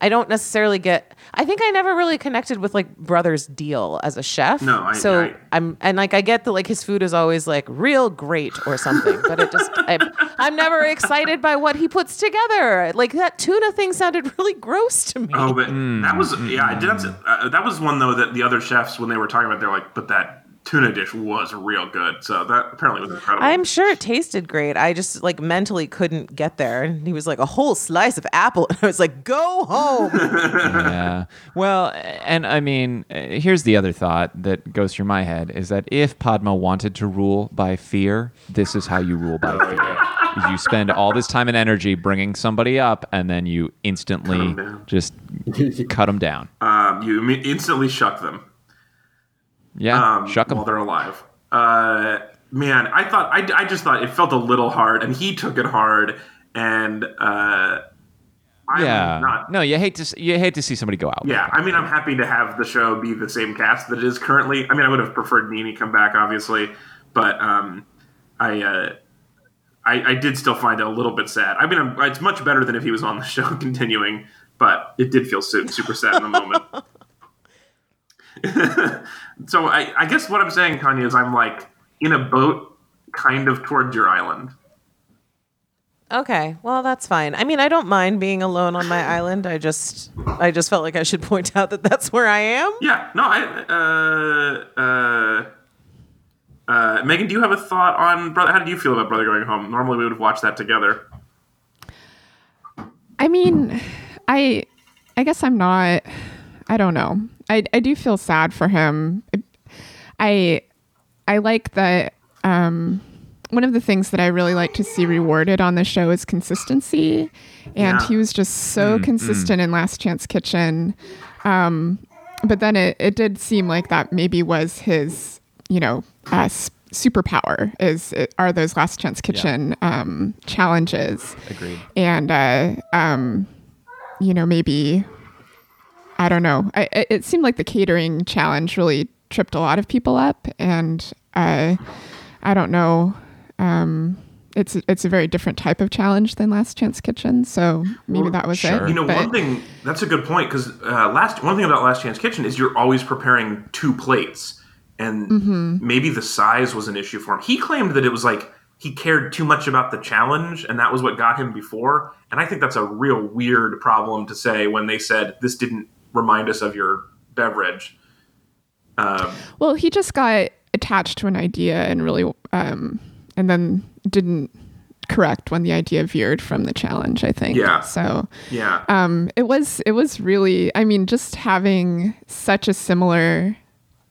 I don't necessarily get. I think I never really connected with like brother's deal as a chef. No, I- so I- am and like I get that like his food is always like real great or something, but it just I, I'm never excited by what he puts together. Like that tuna thing sounded really gross to me. oh, but Mm-hmm. that was yeah. I did. Uh, that was one though that the other chefs when they were talking about, they're like, but that tuna dish was real good. So that apparently was incredible. I'm sure it tasted great. I just like mentally couldn't get there. And he was like a whole slice of apple, and I was like, "Go home." yeah. Well, and I mean, uh, here's the other thought that goes through my head is that if Padma wanted to rule by fear, this is how you rule by fear. You spend all this time and energy bringing somebody up, and then you instantly 'em down. just cut them down. um, you imme- instantly shuck them. Yeah, um, shuck 'em. while they're alive. Uh, man, I thought I, I just thought it felt a little hard, and he took it hard, and uh, I'm yeah, not. no, you hate to s- you hate to see somebody go out. like Yeah, that. I mean, I'm happy to have the show be the same cast that it is currently. I mean, I would have preferred Nini come back, obviously, but um, I, uh, I I did still find it a little bit sad. I mean, I'm, it's much better than if he was on the show continuing, but it did feel su- super sad in the moment. so I, I guess what I'm saying, Tanya, is I'm like in a boat, kind of towards your island. Okay, well that's fine. I mean, I don't mind being alone on my island. I just, I just felt like I should point out that that's where I am. Yeah. No. I. Uh, uh, uh, Megan, do you have a thought on brother? How did you feel about brother going home? Normally, we would have watched that together. I mean, I I guess I'm not I don't know. I I do feel sad for him. I I like that um one of the things that I really like to see rewarded on the show is consistency. And Yeah. he was just so consistent in Last Chance Kitchen. Um but then it, it did seem like that maybe was his, you know, uh, s- superpower is are those last chance kitchen um challenges agreed. and uh, um, you know maybe I don't know. I, I- it seemed like the catering challenge really tripped a lot of people up, and I, I don't know. Um, it's it's a very different type of challenge than Last Chance Kitchen, so maybe that was Sure. it. You know, but- one thing that's a good point because uh, last one thing about Last Chance Kitchen is you're always preparing two plates, and maybe the size was an issue for him. He claimed that it was like he cared too much about the challenge, and that was what got him before. And I think that's a real weird problem to say when they said this didn't remind us of your beverage. Um, Well, he just got attached to an idea and really, um, and then didn't correct when the idea veered from the challenge. I think. Yeah. So yeah, um, it was it was really. I mean, just having such a similar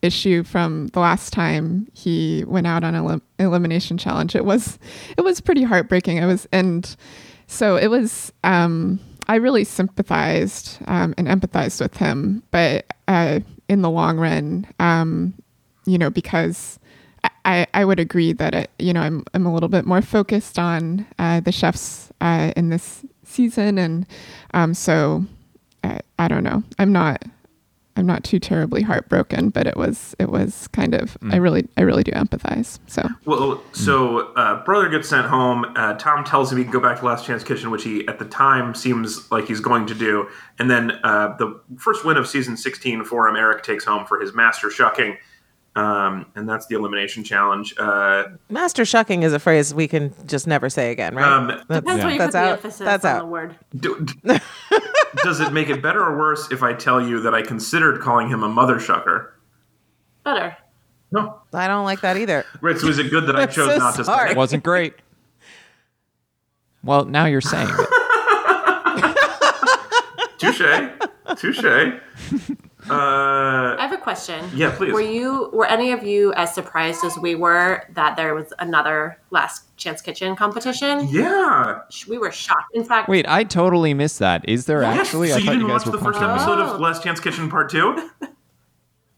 issue from the last time he went out on an elim- elimination challenge. It was it was pretty heartbreaking. It was and so it was. Um, I really sympathized um, and empathized with him, but uh, in the long run, um, you know, because I- I, I would agree that it, you know I'm I'm a little bit more focused on uh, the chefs uh, in this season, and um, so I, I don't know. I'm not I'm not too terribly heartbroken, but it was it was kind of I really I really do empathize. So Well, so uh, brother gets sent home. Uh, Tom tells him he can go back to Last Chance Kitchen, which he at the time seems like he's going to do. And then uh, the first win of season 16 for him, Eric takes home for his master shucking. Um, and that's the elimination challenge. Uh, Master shucking is a phrase we can just never say again, right? Um, Depends where you That's put the out. emphasis That's on out. the word. do- d- does it make it better or worse if I tell you that I considered calling him a mother shucker? Better. No. I don't like that either. Right. So is it good that I I'm chose so not sorry. to? It wasn't great. Well, now you're saying it. Touche. Touche. Uh, I have a question. Yeah, please. Were you were any of you as surprised as we were that there was another last chance kitchen competition? yeah. Sh- We were shocked. In fact, Wait, I totally missed that. Is there Yes, actually? so I you thought didn't guys watch the were first punking me. episode Oh. of Last Chance Kitchen Part Two?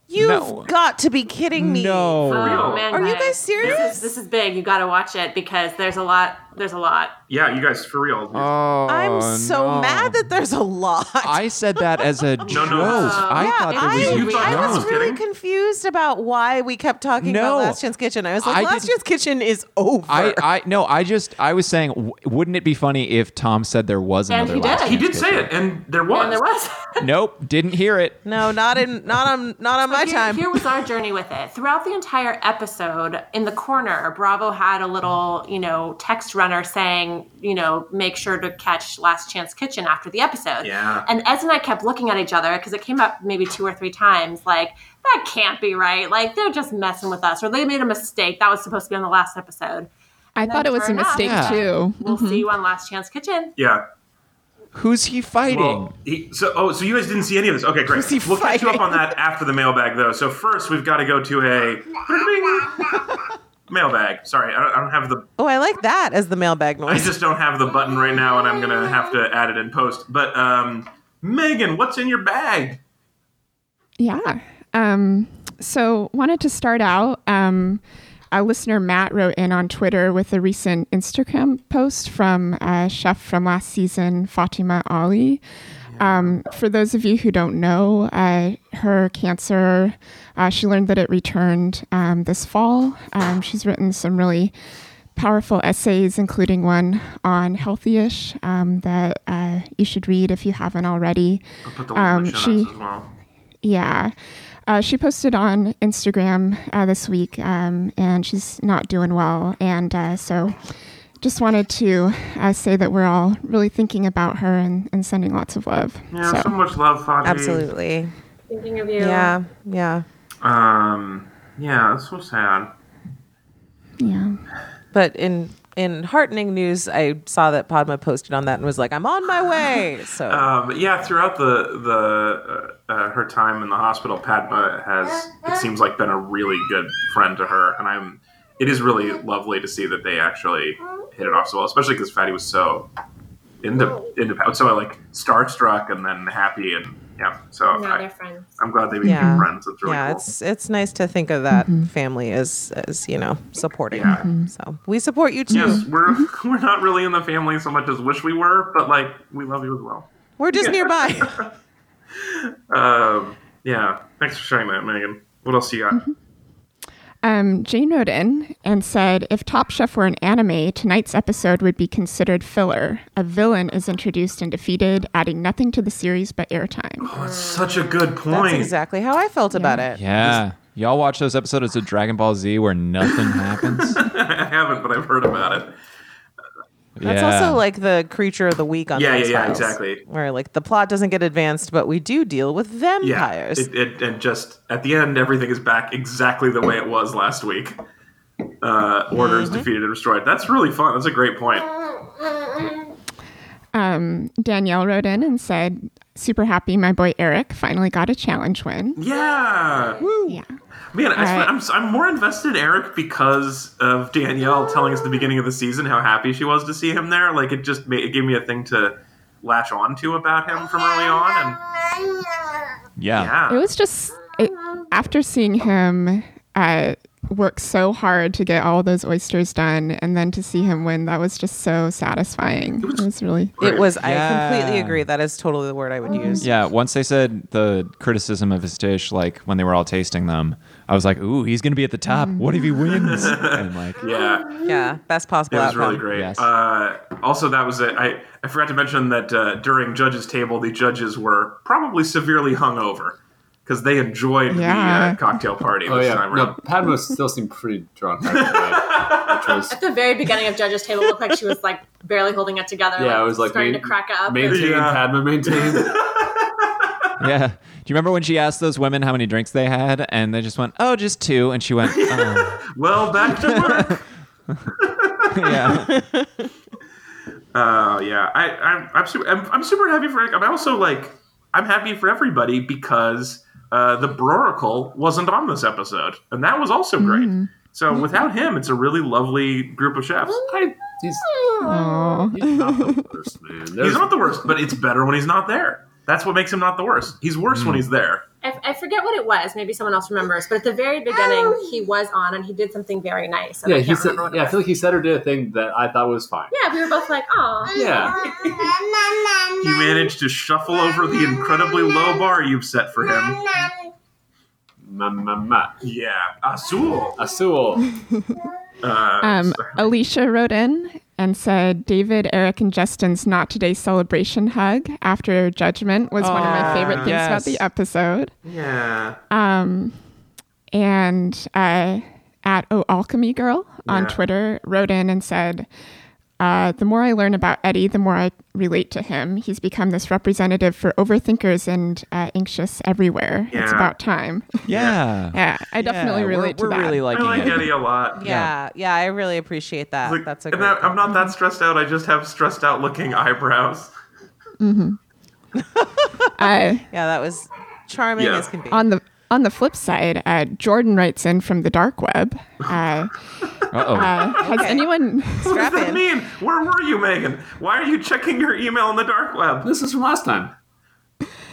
You've No. got to be kidding me. No. oh, real? man, Are you guys, guys This serious? is, this is big. You got to watch it because there's a lot. There's a lot. Yeah, you guys for real. Oh, I'm so no. mad that there's a lot. I said that as a joke. I Yeah, thought I, there was. You huge- thought I no one was was really kidding? confused about why we kept talking No. about Last Chance Kitchen. I was like, I Last didn't- Chance Kitchen is over. I, I no, I just I was saying, w- wouldn't it be funny if Tom said there was And another? he Last did. he Chance did say Kitchen? it, and there was. And there was. Nope, didn't hear it. no, not in, not on, not on my here, time. here was our journey with it. Throughout the entire episode, in the corner, Bravo had a little, you know, text runner saying, you know, make sure to catch Last Chance Kitchen after the episode. Yeah. And Ez and I kept looking at each other because it came up maybe two or three times, like, that can't be right. Like, they're just messing with us, or they made a mistake. That was supposed to be on the last episode. I thought it was fair a enough. mistake Yeah. too. We'll see you on Last Chance Kitchen. yeah. Who's he fighting? Well, he, so oh, so you guys didn't see any of this? Okay, great. he We'll catch you up fighting? on that after the mailbag, though. So first, we've got to go to a mailbag. Sorry, I don't, I don't have the. Oh, I like that as the mailbag I noise. just don't have the button right now, and I'm gonna have to add it in post. But um, Megan, what's in your bag? Yeah. Um, so wanted to start out. Um, a listener, Matt, wrote in on Twitter with a recent Instagram post from uh, chef from last season, Fatima Ali. Um, for those of you who don't know, uh, her cancer, uh, she learned that it returned um, this fall. Um, she's written some really powerful essays, including one on healthy-ish um, that uh, you should read if you haven't already. I'll put the link in Um, the show she- notes as well. Yeah. Uh, she posted on Instagram uh, this week, um, and she's not doing well. And uh, so just wanted to uh, say that we're all really thinking about her and, and sending lots of love. Yeah, so, so, much love, Fabi. Absolutely. Thinking of you. Yeah. Yeah. Um, yeah, that's so sad. yeah. But in in heartening news, I saw that Padma posted on that and was like, "I'm on my way." So Um, yeah, throughout the the uh, uh, her time in the hospital, Padma has it seems like been a really good friend to her, and I'm. It is really lovely to see that they actually hit it off so well, especially because Fatty was so into into Pat- so like starstruck and then happy and yeah. So Now they're I, friends. I'm glad they became Yeah. friends. It's really yeah, cool. it's it's nice to think of that Mm-hmm. family as as you know supporting. Yeah. So we support you too. Yes, we're we're not really in the family so much as wish we were, but like we love you as well. We're just nearby. Um, yeah. Thanks for sharing that, Megan. What else you got? Mm-hmm. Um, Jane wrote in and said, if Top Chef were an anime, tonight's episode would be considered filler. A villain is introduced and defeated, adding nothing to the series but airtime. Oh, it's such a good That's point. exactly how I felt about it. Yeah. Y'all watch those episodes of Dragon Ball Z where nothing happens. I haven't, but I've heard about it. That's Yeah. also like the creature of the week on Yeah, yeah, X yeah, Files, exactly. Where like the plot doesn't get advanced, but we do deal with Yeah. vampires. It, it, and just at the end, everything is back exactly the way it was last week. Uh, order is defeated and destroyed. That's really fun. That's a great point. Danielle wrote in and said, super happy my boy Eric finally got a challenge win. Yeah. Yeah. Man, I, right. I'm, I'm more invested in Eric because of Danielle telling us at the beginning of the season how happy she was to see him there. Like, it just made, it gave me a thing to latch on to about Oh, him from early on. And yeah. yeah. It was just it, after seeing him uh, work so hard to get all those oysters done, and then to see him win, that was just so satisfying. It was really It was. I completely Yeah. Mm-hmm. agree. That is totally the word I would use. Yeah, once they said the criticism of his dish, like when they were all tasting them, I was like, "Ooh, he's gonna be at the top. What if he wins?" and like, Mm. yeah. Yeah, best possible It was outcome. really great. Yes. Uh, also, that was it. I I forgot to mention that uh, during judges' table, the judges were probably severely hungover because they enjoyed the Yeah. uh, cocktail party Oh this yeah, time no, around. Padma still seemed pretty drunk. actually, Which was At the very beginning of Judge's Table, it looked like she was like barely holding it together. yeah, it was like starting main- to crack up. Maintained, Yeah. Padma maintained. yeah. Do you remember when she asked those women how many drinks they had, and they just went, "Oh, just two," and she went, oh. Well, back to work. "Yeah, uh, yeah, I, I'm I'm super, I'm, I'm super happy for. Nick. I'm also like I'm happy for everybody because uh, the Broracle wasn't on this episode, and that was also great. So without him, it's a really lovely group of chefs. I, he's, oh. he's not the worst, man. There's- He's not the worst, but it's better when he's not there. That's what makes him not the worst. He's worse Hmm. when he's there. I, I forget what it was. Maybe someone else remembers. But at the very beginning, he was on and he did something very nice. and yeah, I he can't said. remember what it Yeah, I was. feel like he said or did a thing that I thought was fine. yeah, we were both like, oh, Yeah, He managed to shuffle over the incredibly low bar you've set for him. ma ma ma. Yeah, Azul. Asul. Uh, Um, Alicia wrote in and said, David, Eric, and Justin's Not Today's Celebration hug after Judgment was one of my favorite things about yes. the episode. Um, yeah. and uh, at Oh Alchemy Girl on Yeah. Twitter wrote in and said, uh, "The more I learn about Eddie, the more I relate to him. He's become this representative for overthinkers and uh, anxious everywhere. It's Yeah. about time. yeah." yeah, I definitely Yeah, relate we're, to we're that. really I liking like it. Eddie a lot. Yeah, yeah, I really appreciate that. Like, That's a and great. I- I'm not that stressed out. I just have stressed out looking eyebrows. uh, yeah, that was charming Yeah. as can be. on the on the flip side, uh, Jordan writes in from the dark web. Uh, Uh-oh. uh, Has anyone? What Strap does that in. mean? Where were you, Megan? Why are you checking your email on the dark web? This is from last time.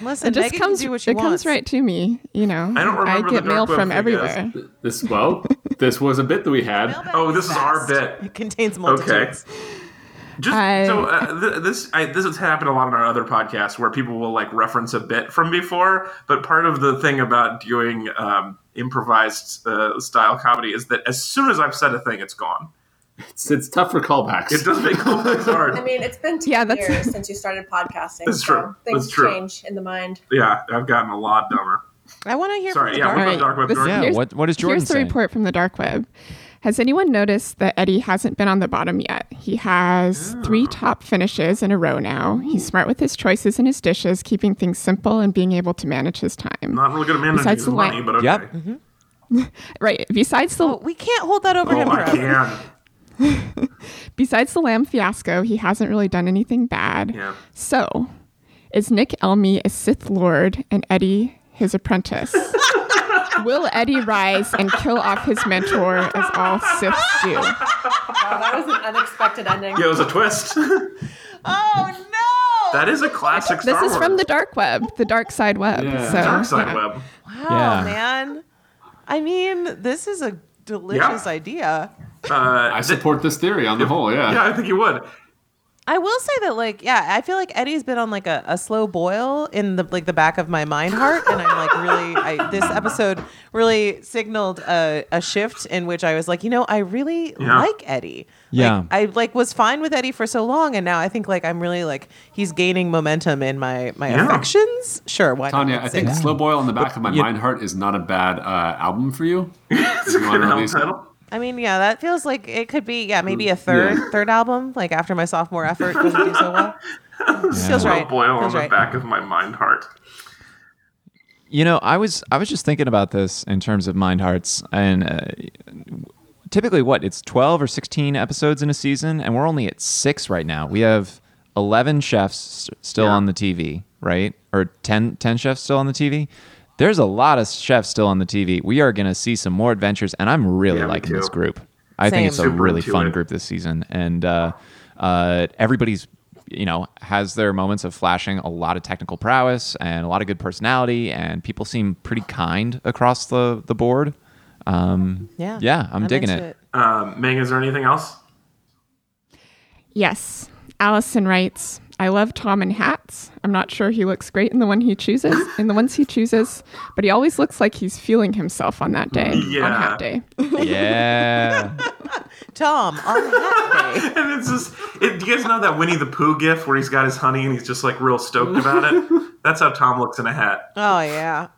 Listen, It just Megan comes. can do what she it wants. comes right to me. You know, I don't remember get the dark mail web thing, from guys. everywhere. This well, this was a bit that we had. Oh, this is our bit. It contains multitudes. Just I- so uh, th- this I, this has happened a lot on our other podcasts where people will like reference a bit from before. But part of the thing about doing um, improvised uh, style comedy is that as soon as I've said a thing, it's gone. It's, it's tough for callbacks. It does make callbacks I hard. mean, it's been 10 Yeah, that's- years since you started podcasting. That's so true. Things That's true. change in the mind. Yeah, I've gotten a lot dumber. I want to hear Sorry, from the yeah, dark we're web. on dark web. This- Jordan. yeah. here's- What What does Jordan Here's the say? report from the dark web. Has anyone noticed that Eddie hasn't been on the bottom yet? He has three top finishes in a row now. He's smart with his choices and his dishes, keeping things simple and being able to manage his time. Not really good at managing Besides his the Mm-hmm. line- money, but okay. Yep. right. Besides the We can't hold that over him Oh, I forever. can. besides the lamb fiasco, he hasn't really done anything bad. Yeah. So, is Nick Elmy a Sith Lord and Eddie his apprentice? Will Eddie rise and kill off his mentor as all Siths do? Wow, that was an unexpected ending. Yeah, it was a twist. Oh no! that is a classic This Star is from Wars. the dark web, the dark side web. Yeah. So, dark side yeah. web. wow, Yeah. Oh, man. I mean, this is a delicious Yeah. idea. Uh, I support this theory on the whole. Yeah. yeah, I think you would. I will say that, like, yeah, I feel like Eddie's been on like a, a slow boil in the like the back of my mind heart, and I'm like really. I, this episode really signaled a, a shift in which I was like, you know, I really Yeah. like Eddie. Yeah. like, I like was fine with Eddie for so long, and now I think like I'm really like he's gaining momentum in my my Yeah. affections. Sure, why not? Tanya, I Let's think say that. Slow Boil in the Back of My Mind Heart is not a bad uh, album for you. It's a You wanna good album release it? title. I mean, yeah, that feels like it could be, yeah, maybe a third third album, like after my sophomore effort doesn't do so well. Feels Slow right. boil on Feels the right. back of my mind heart. You know, I was I was just thinking about this in terms of mind hearts, and uh, typically, what it's twelve or sixteen episodes in a season, and we're only at six right now. We have eleven chefs st- still Yeah. on the TV, right? Or 10, 10 chefs still on the TV. There's a lot of chefs still on the TV. We are going to see some more adventures, and I'm really Yeah, me liking this too. group. I Same. think it's a Super really into fun it. group this season, and uh, uh, everybody's you know has their moments of flashing a lot of technical prowess and a lot of good personality, and people seem pretty kind across the the board. Um, Yeah. yeah, I'm, digging it. into Um, Megan, is there anything else? Yes. Allison writes, I love Tom in hats. I'm not sure he looks great in the one he chooses, in the ones he chooses, but he always looks like he's feeling himself on that day, on Yeah. hat day. Yeah, Tom on that day. And it's just, it, do you guys know that Winnie the Pooh gif where he's got his honey and he's just like real stoked about it? That's how Tom looks in a hat. Oh yeah.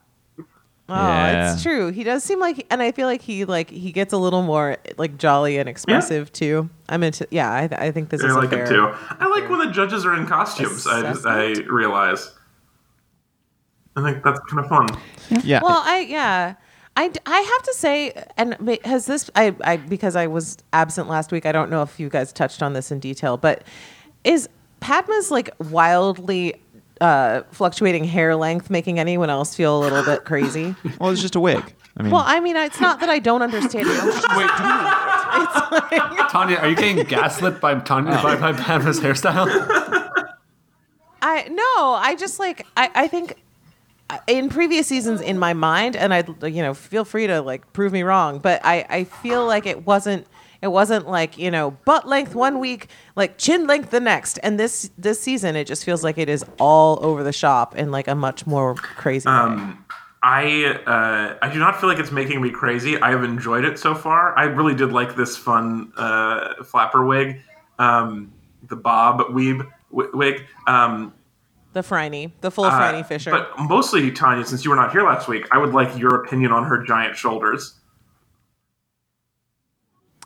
Oh, Yeah. it's true. He does seem like, and I feel like he like he gets a little more like jolly and expressive too. I'm into, yeah. I, I think this I is a like fair. it too. I like when the judges are in costumes. I, just- I Assessment? realize. I think that's kind of fun. yeah. Well, I yeah. I, d- I have to say, and ma- has this I, I because I was absent last week. I don't know if you guys touched on this in detail, but is Padma's like wildly uh, fluctuating hair length making anyone else feel a little bit crazy? well, it's just a wig. I mean, well, I mean, it's not that I don't understand. it. I'm just- Wait, Tanya, are you getting gaslit by Tanya by, by Padma's hairstyle? I no, I just like I, I think uh, in previous seasons in my mind, and I you know feel free to like prove me wrong, but I I feel like it wasn't it wasn't like you know butt length one week, like chin length the next, and this this season it just feels like it is all over the shop in like a much more crazy. Um, way. I uh, I do not feel like it's making me crazy. I have enjoyed it so far. I really did like this fun uh, flapper wig, um, the bob weeb wi- wig. Um, The Franny, the full uh, Franny Fisher. But mostly, Tanya, since you were not here last week, I would like your opinion on her giant shoulders.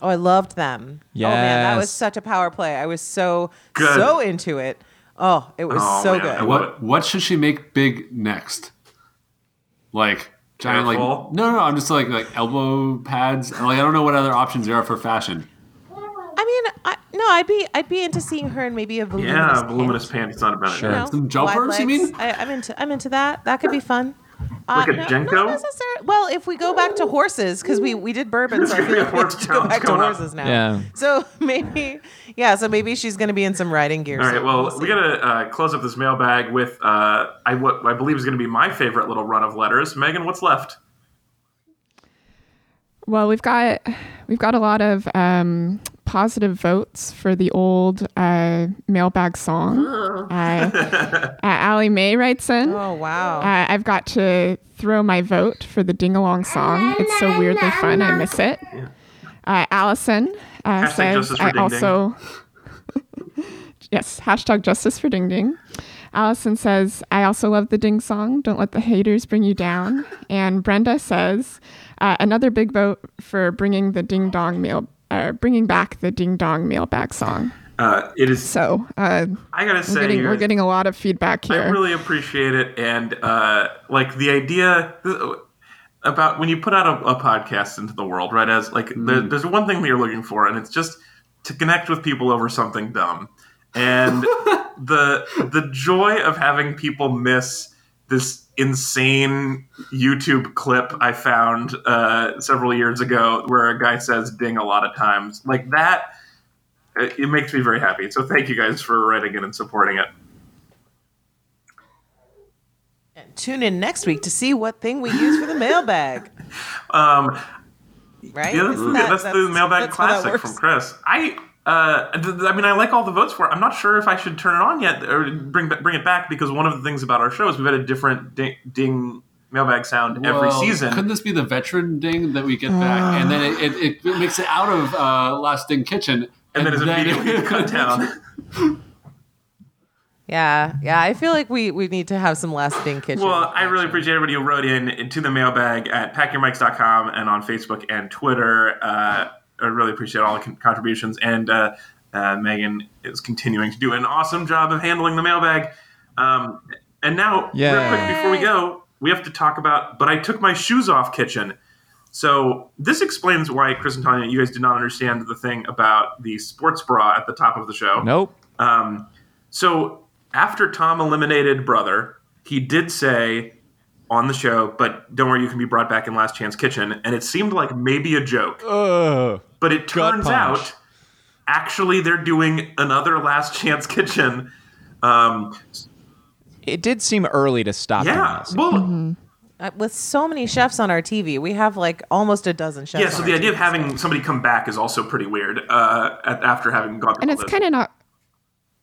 oh, I loved them. Oh man, that was Yes. such a power play. I was so Good. so into it. Oh, it was Oh, so man, good. I love it. What what should she make big next? Like giant like no Careful. no no, I'm just like like elbow pads. Like I don't know what other options there are for fashion. I mean, I, no, I'd be I'd be into seeing her in maybe a voluminous. Yeah, pant. voluminous pants. Not a bad Sure. You Yeah. know, Some jumpers, wide you legs. mean? I, I'm into I'm into that. That could be fun. Uh, Like a no, Jenko? Not necessarily. Well, if we go back to horses, because we we did bourbon, so I There's gonna feel like be we a have horse to go challenge back to coming up. horses now. Yeah. So maybe, yeah. So maybe she's going to be in some riding gear. All right. soon. Well, We'll we see. gotta uh, close up this mailbag with uh, I what I believe is gonna be my favorite little run of letters. Megan, what's left? Well, we've got we've got a lot of um, positive votes for the old uh, mailbag song. Uh, uh, Allie Mae writes in. Oh wow. Uh, I've got to throw my vote for the ding along song. It's so weirdly fun. I miss it. Uh, Allison uh, Hashtag says, justice for I Ding Ding." also. yes, hashtag justice for ding ding. Allison says, I also love the ding song. Don't let the haters bring you down. And Brenda says, uh, another big vote for bringing the ding dong meal. Uh, bringing back the ding dong mailbag song. Uh, it is. So uh, I gotta we're, say, getting, you we're guys- getting a lot of feedback here. I really appreciate it, and uh, like the idea uh, about when you put out a, a podcast into the world, right? As like there, there's one thing that you're looking for, and it's just to connect with people over something dumb, and the the joy of having people miss this insane YouTube clip I found uh, several years ago where a guy says "ding" a lot of times, like that. uh, It it makes me very happy. So thank you guys for writing it and supporting it. Tune in next week to see what thing we use for the mailbag. Um, Right? Yeah, that's, Isn't the- that- that's the mailbag that's how that classic from works. Chris. I Uh, th- th- I mean, I like all the votes for it. I'm not sure if I should turn it on yet or bring ba- bring it back because one of the things about our show is we've had a different ding, ding mailbag sound every Well, season. Couldn't this be the veteran ding that we get back, and then it, it, it makes it out of uh, Last Ding Kitchen, and then it's immediately cut down. Yeah, yeah. I feel like we we need to have some lasting kitchen. Well, I really action. appreciate everybody who wrote in into the mailbag at packyourmics.com and on Facebook and Twitter. Uh, I really appreciate all the con- contributions. And uh, uh, Megan is continuing to do an awesome job of handling the mailbag. Um, and now, real Yay. quick before we go, we have to talk about But I Took My Shoes Off Kitchen. So this explains why, Chris and Tanya, you guys did not understand the thing about the sports bra at the top of the show. Nope. Um, so after Tom eliminated Brother, he did say on the show, but don't worry, you can be brought back in Last Chance Kitchen. And it seemed like maybe a joke. but it turns punch. out, actually, they're doing another Last Chance Kitchen. Um, It did seem early to stop doing yeah. this. Well, Uh, with so many chefs on our TV, we have like almost a dozen chefs. yeah, so on the our idea of TV. having somebody come back is also pretty weird uh, at- after having gone through And all it's this. kind of not.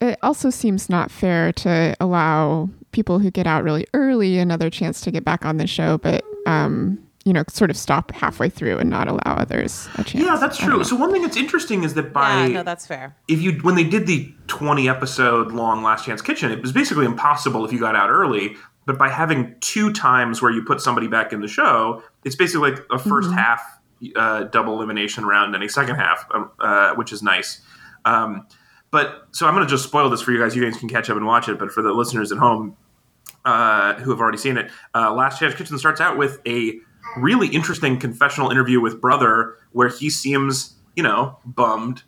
It also seems not fair to allow people who get out really early another chance to get back on the show, but um, you know, sort of stop halfway through and not allow others a chance. yeah, that's true. So one thing that's interesting is that by Yeah, no, that's fair. if you when they did the 20 episode long last chance kitchen it was basically impossible if you got out early but by having two times where you put somebody back in the show it's basically like a 1st half uh, double elimination round and a second half um, uh, which is nice um, but so i'm going to just spoil this for you guys you guys can catch up and watch it but for the listeners at home uh, who have already seen it, uh, Last Chance Kitchen starts out with a really interesting confessional interview with Brother, where he seems, you know, bummed.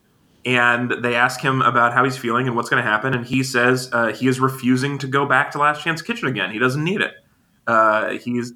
And they ask him about how he's feeling and what's going to happen. And he says uh, he is refusing to go back to Last Chance Kitchen again. He doesn't need it. Uh, he's,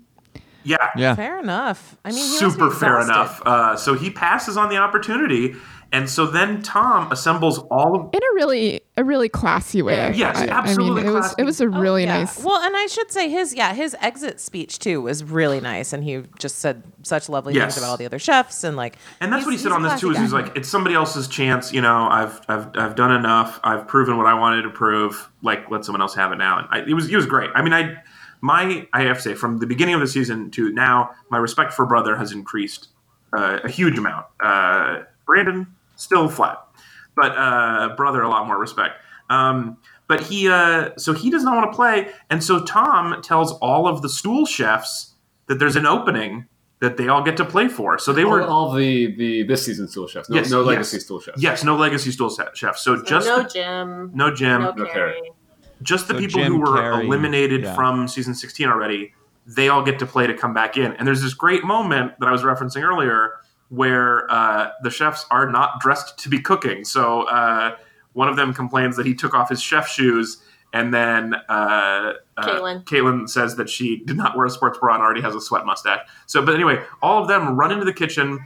yeah, Yeah. Fair enough. I mean, he must be super fair enough. exhausted. Uh, so he passes on the opportunity. And so then Tom assembles all of in a really a really classy way. I Yes, thought. absolutely I mean, it was classy. it was a really Yeah. nice. Well, and I should say his yeah his exit speech too was really nice, and he just said such lovely Yes. things about all the other chefs and like. And that's he's- what he said he's a on this too. Is classy he's guy. like, it's somebody else's chance. You know, I've I've I've done enough. I've proven what I wanted to prove. Like, let someone else have it now. And I, it was it was great. I mean, I my I have to say from the beginning of the season to now, my respect for brother has increased uh, a huge amount. Uh, Brandon still flat, but uh, brother a lot more respect. Um, but he uh, so he does not want to play, and so Tom tells all of the stool chefs that there's an opening that they all get to play for. So they All, were all the the this season stool chefs, no, Yes, no yes. legacy stool chefs. Yes, no legacy stool se- chef. So just no the, Jim. no Jim, No, no Carrie. just the So people Jim who were Carrey, eliminated yeah. from season 16 already, they all get to play to come back in. And there's this great moment that I was referencing earlier where uh, the chefs are not dressed to be cooking. So uh, one of them complains that he took off his chef shoes. And then uh, uh, Caitlin. Caitlin says that she did not wear a sports bra and already has a sweat mustache. So, but anyway, all of them run into the kitchen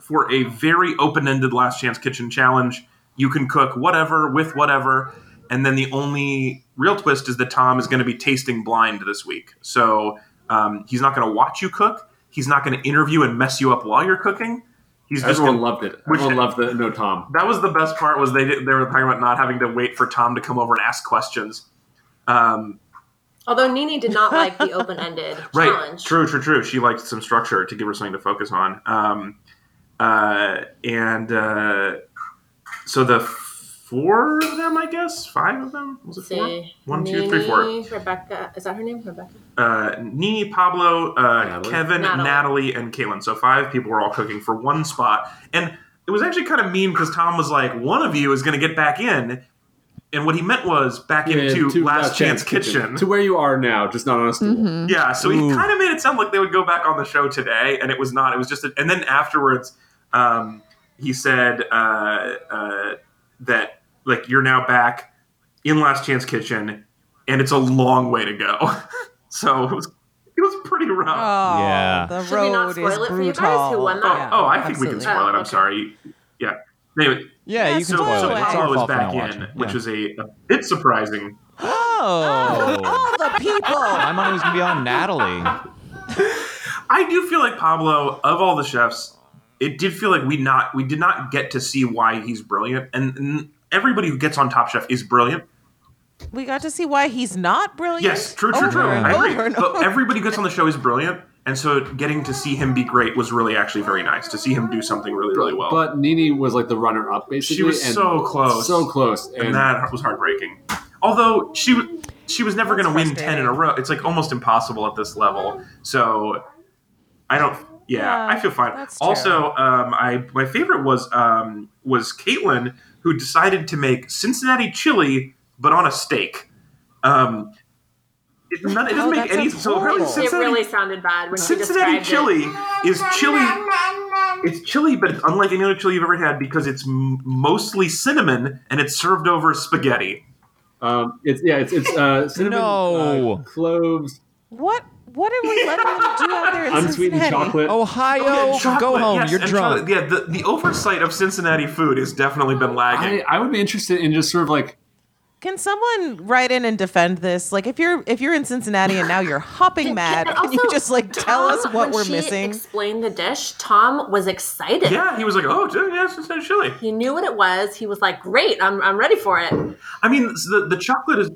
for a very open-ended last chance kitchen challenge. You can cook whatever with whatever, and then the only real twist is that Tom is going to be tasting blind this week. So um, he's not going to watch you cook. He's not going to interview and mess you up while you're cooking. He's just Everyone gonna, loved it. Which- Everyone loved the no Tom. that was the best part was they did, they were talking about not having to wait for Tom to come over and ask questions. Um, Although Nini did not like the open ended right, challenge. true, true, true. She liked some structure to give her something to focus on. Um, uh, and uh, so the four of them, I guess, five of them was it Let's four? see. One, two, three, four. Nene, Rebecca. Is that her name? Rebecca? uh, Nini, Pablo, uh, Natalie. Kevin, Natalie. Natalie. and Caitlin. So five people were all cooking for one spot, and it was actually kind of mean because Tom was like, "One of you is going to get back in," and what he meant was back into Last, Chance, Kitchen. to where you are now, just not on a stool. Yeah, so he Ooh. kind of made it sound like they would go back on the show today, and it was not. It was just, a, and then afterwards, um, he said uh, uh, that like you're now back in Last Chance Kitchen, and it's a long way to go. so it was, it was pretty rough. Oh, Yeah. The Should we not road spoil is it for brutal. you guys who won that? Oh, Yeah, oh, I think we can absolutely. spoil it. I'm Oh, okay. sorry. Yeah. Anyway, Yeah, Yeah, you can so, spoil so it. It's Pablo our is fault for not back in, watching. which Yeah. is a, a bit surprising. Oh. All the My people. money was gonna be on Natalie. I do feel like Pablo, of all the chefs, it did feel like we not we did not get to see why he's brilliant, and, and everybody who gets on Top Chef is brilliant. We got to see why he's not brilliant. Yes, true, true, over true. And I agree. over and But over. everybody who gets on the show is brilliant, and so getting to see him be great was really actually very nice to see him do something really really well. But Nini was like the runner up, basically. was and so close. So close. And, and that was heartbreaking. Although she w- she was never going to win ten in a row. It's like almost impossible at this level. So I don't. Yeah, Yeah, I feel fine. that's true. Also, um, I my favorite was um, was Caitlin who decided to make Cincinnati chili but on a steak. Um, it, none, it doesn't Oh, make that any sounds so apparently horrible. It It Cincinnati, really sounded bad when she Cincinnati described it. chili is chili. It's chili, but it's unlike any other chili you've ever had because it's m- mostly cinnamon and it's served over spaghetti. um, it's yeah, it's it's uh, cinnamon, No. uh, cloves, What what are we letting them do out there in unsweetened Cincinnati? chocolate. Ohio, Oh, Yeah, chocolate, go home. yes, You're and drunk. chocolate. Yeah, the, the oversight of Cincinnati food has definitely been I, lagging. I would be interested in just sort of like Can someone write in and defend this? Like if you're if you're in Cincinnati and now you're hopping mad, And can you also, just like tell us Tom, what when we're she missing? Explain the dish. Tom was excited. yeah, he was like, "Oh, dude, yeah, Cincinnati chili." He knew what it was. He was like, "Great, I'm, I'm ready for it." I mean, s- the the chocolate is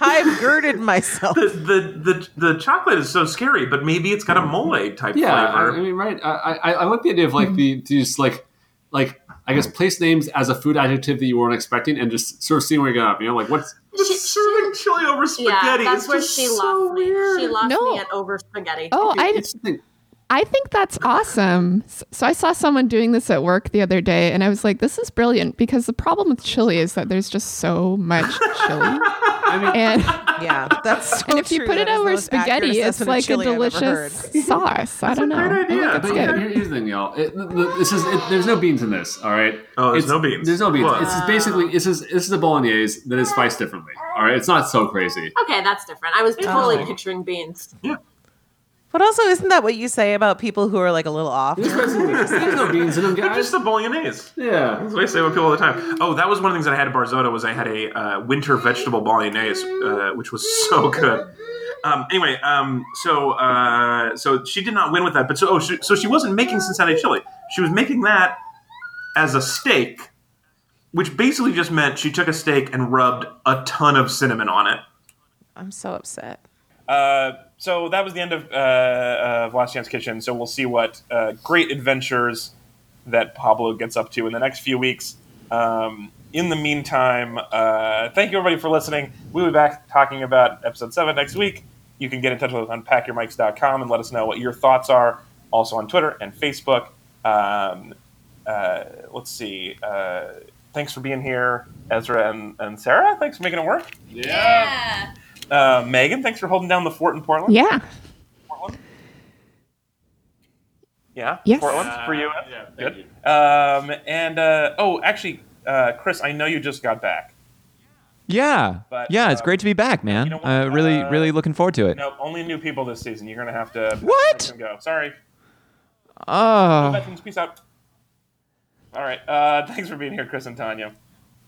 I've girded myself. the the the, the chocolate is so scary, but maybe it's got a mole type yeah. I, flavor. I mean, right? I, I, I like the idea of like the just like like I guess place names as a food adjective that you weren't expecting, and just sort of seeing where you got up. You know, like what's Just serving chili over spaghetti. yeah, that's is where just she so lost weird. me. She lost No. me at over spaghetti. Oh, I, it's the thing. I think that's awesome. S- So I saw someone doing this at work the other day, and I was like, "This is brilliant." Because the problem with chili is that there's just so much chili, and Yeah, that's so and if you true. put it That is the over most accurate spaghetti, it's assessment of like a chili I've ever delicious heard. sauce. I don't know. great I think idea. it's But But yeah, good. here- here's the thing, y'all. It, th- th- this is it, there's no beans in this. All right. Oh, there's It's- no beans. There's no beans. Wow. It's just basically this is this is a bolognese that is spiced differently. All right. It's not so crazy. okay, that's different. I was totally Oh. picturing beans. But also, isn't that what you say about people who are like a little off? There's basically- there's no beans in them, They're guys. just the bolognese. yeah. That's what I say with people all the time. Oh, that was one of the things that I had at Barzotto was I had a uh, winter vegetable bolognese, uh, which was so good. Um, anyway, um, so uh, so she did not win with that, but so oh, she, so she wasn't making Cincinnati chili. She was making that as a steak, which basically just meant she took a steak and rubbed a ton of cinnamon on it. I'm so upset. Uh, so that was the end of uh, uh, Last Chance Kitchen. So we'll see what uh, great adventures that Pablo gets up to in the next few weeks. Um, in the meantime, uh, thank you everybody for listening. We'll be back talking about episode seven next week. You can get in touch with us on packyourmics.com and let us know what your thoughts are. Also on Twitter and Facebook. Um, uh, let's see. Uh, thanks for being here, Ezra and, and Sarah. Thanks for making it work. Uh, Megan, thanks for holding down the fort in Portland. Yeah. Portland? Yeah. Yes. Portland for you. Uh, yeah, thank Good. Um, and uh, oh, actually, uh, Chris, I know you just got back. Yeah. But, yeah, it's uh, great to be back, man. you know what? uh, really, Uh, really looking forward to it. No, only new people this season. You're gonna have to What? Go. Sorry, Oh, veterans. Peace out. All right. Uh, thanks for being here, Chris and Tanya.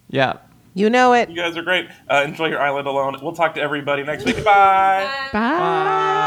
yeah. You know it. You guys are great. Uh, enjoy your island alone. We'll talk to everybody next week. Bye. Bye.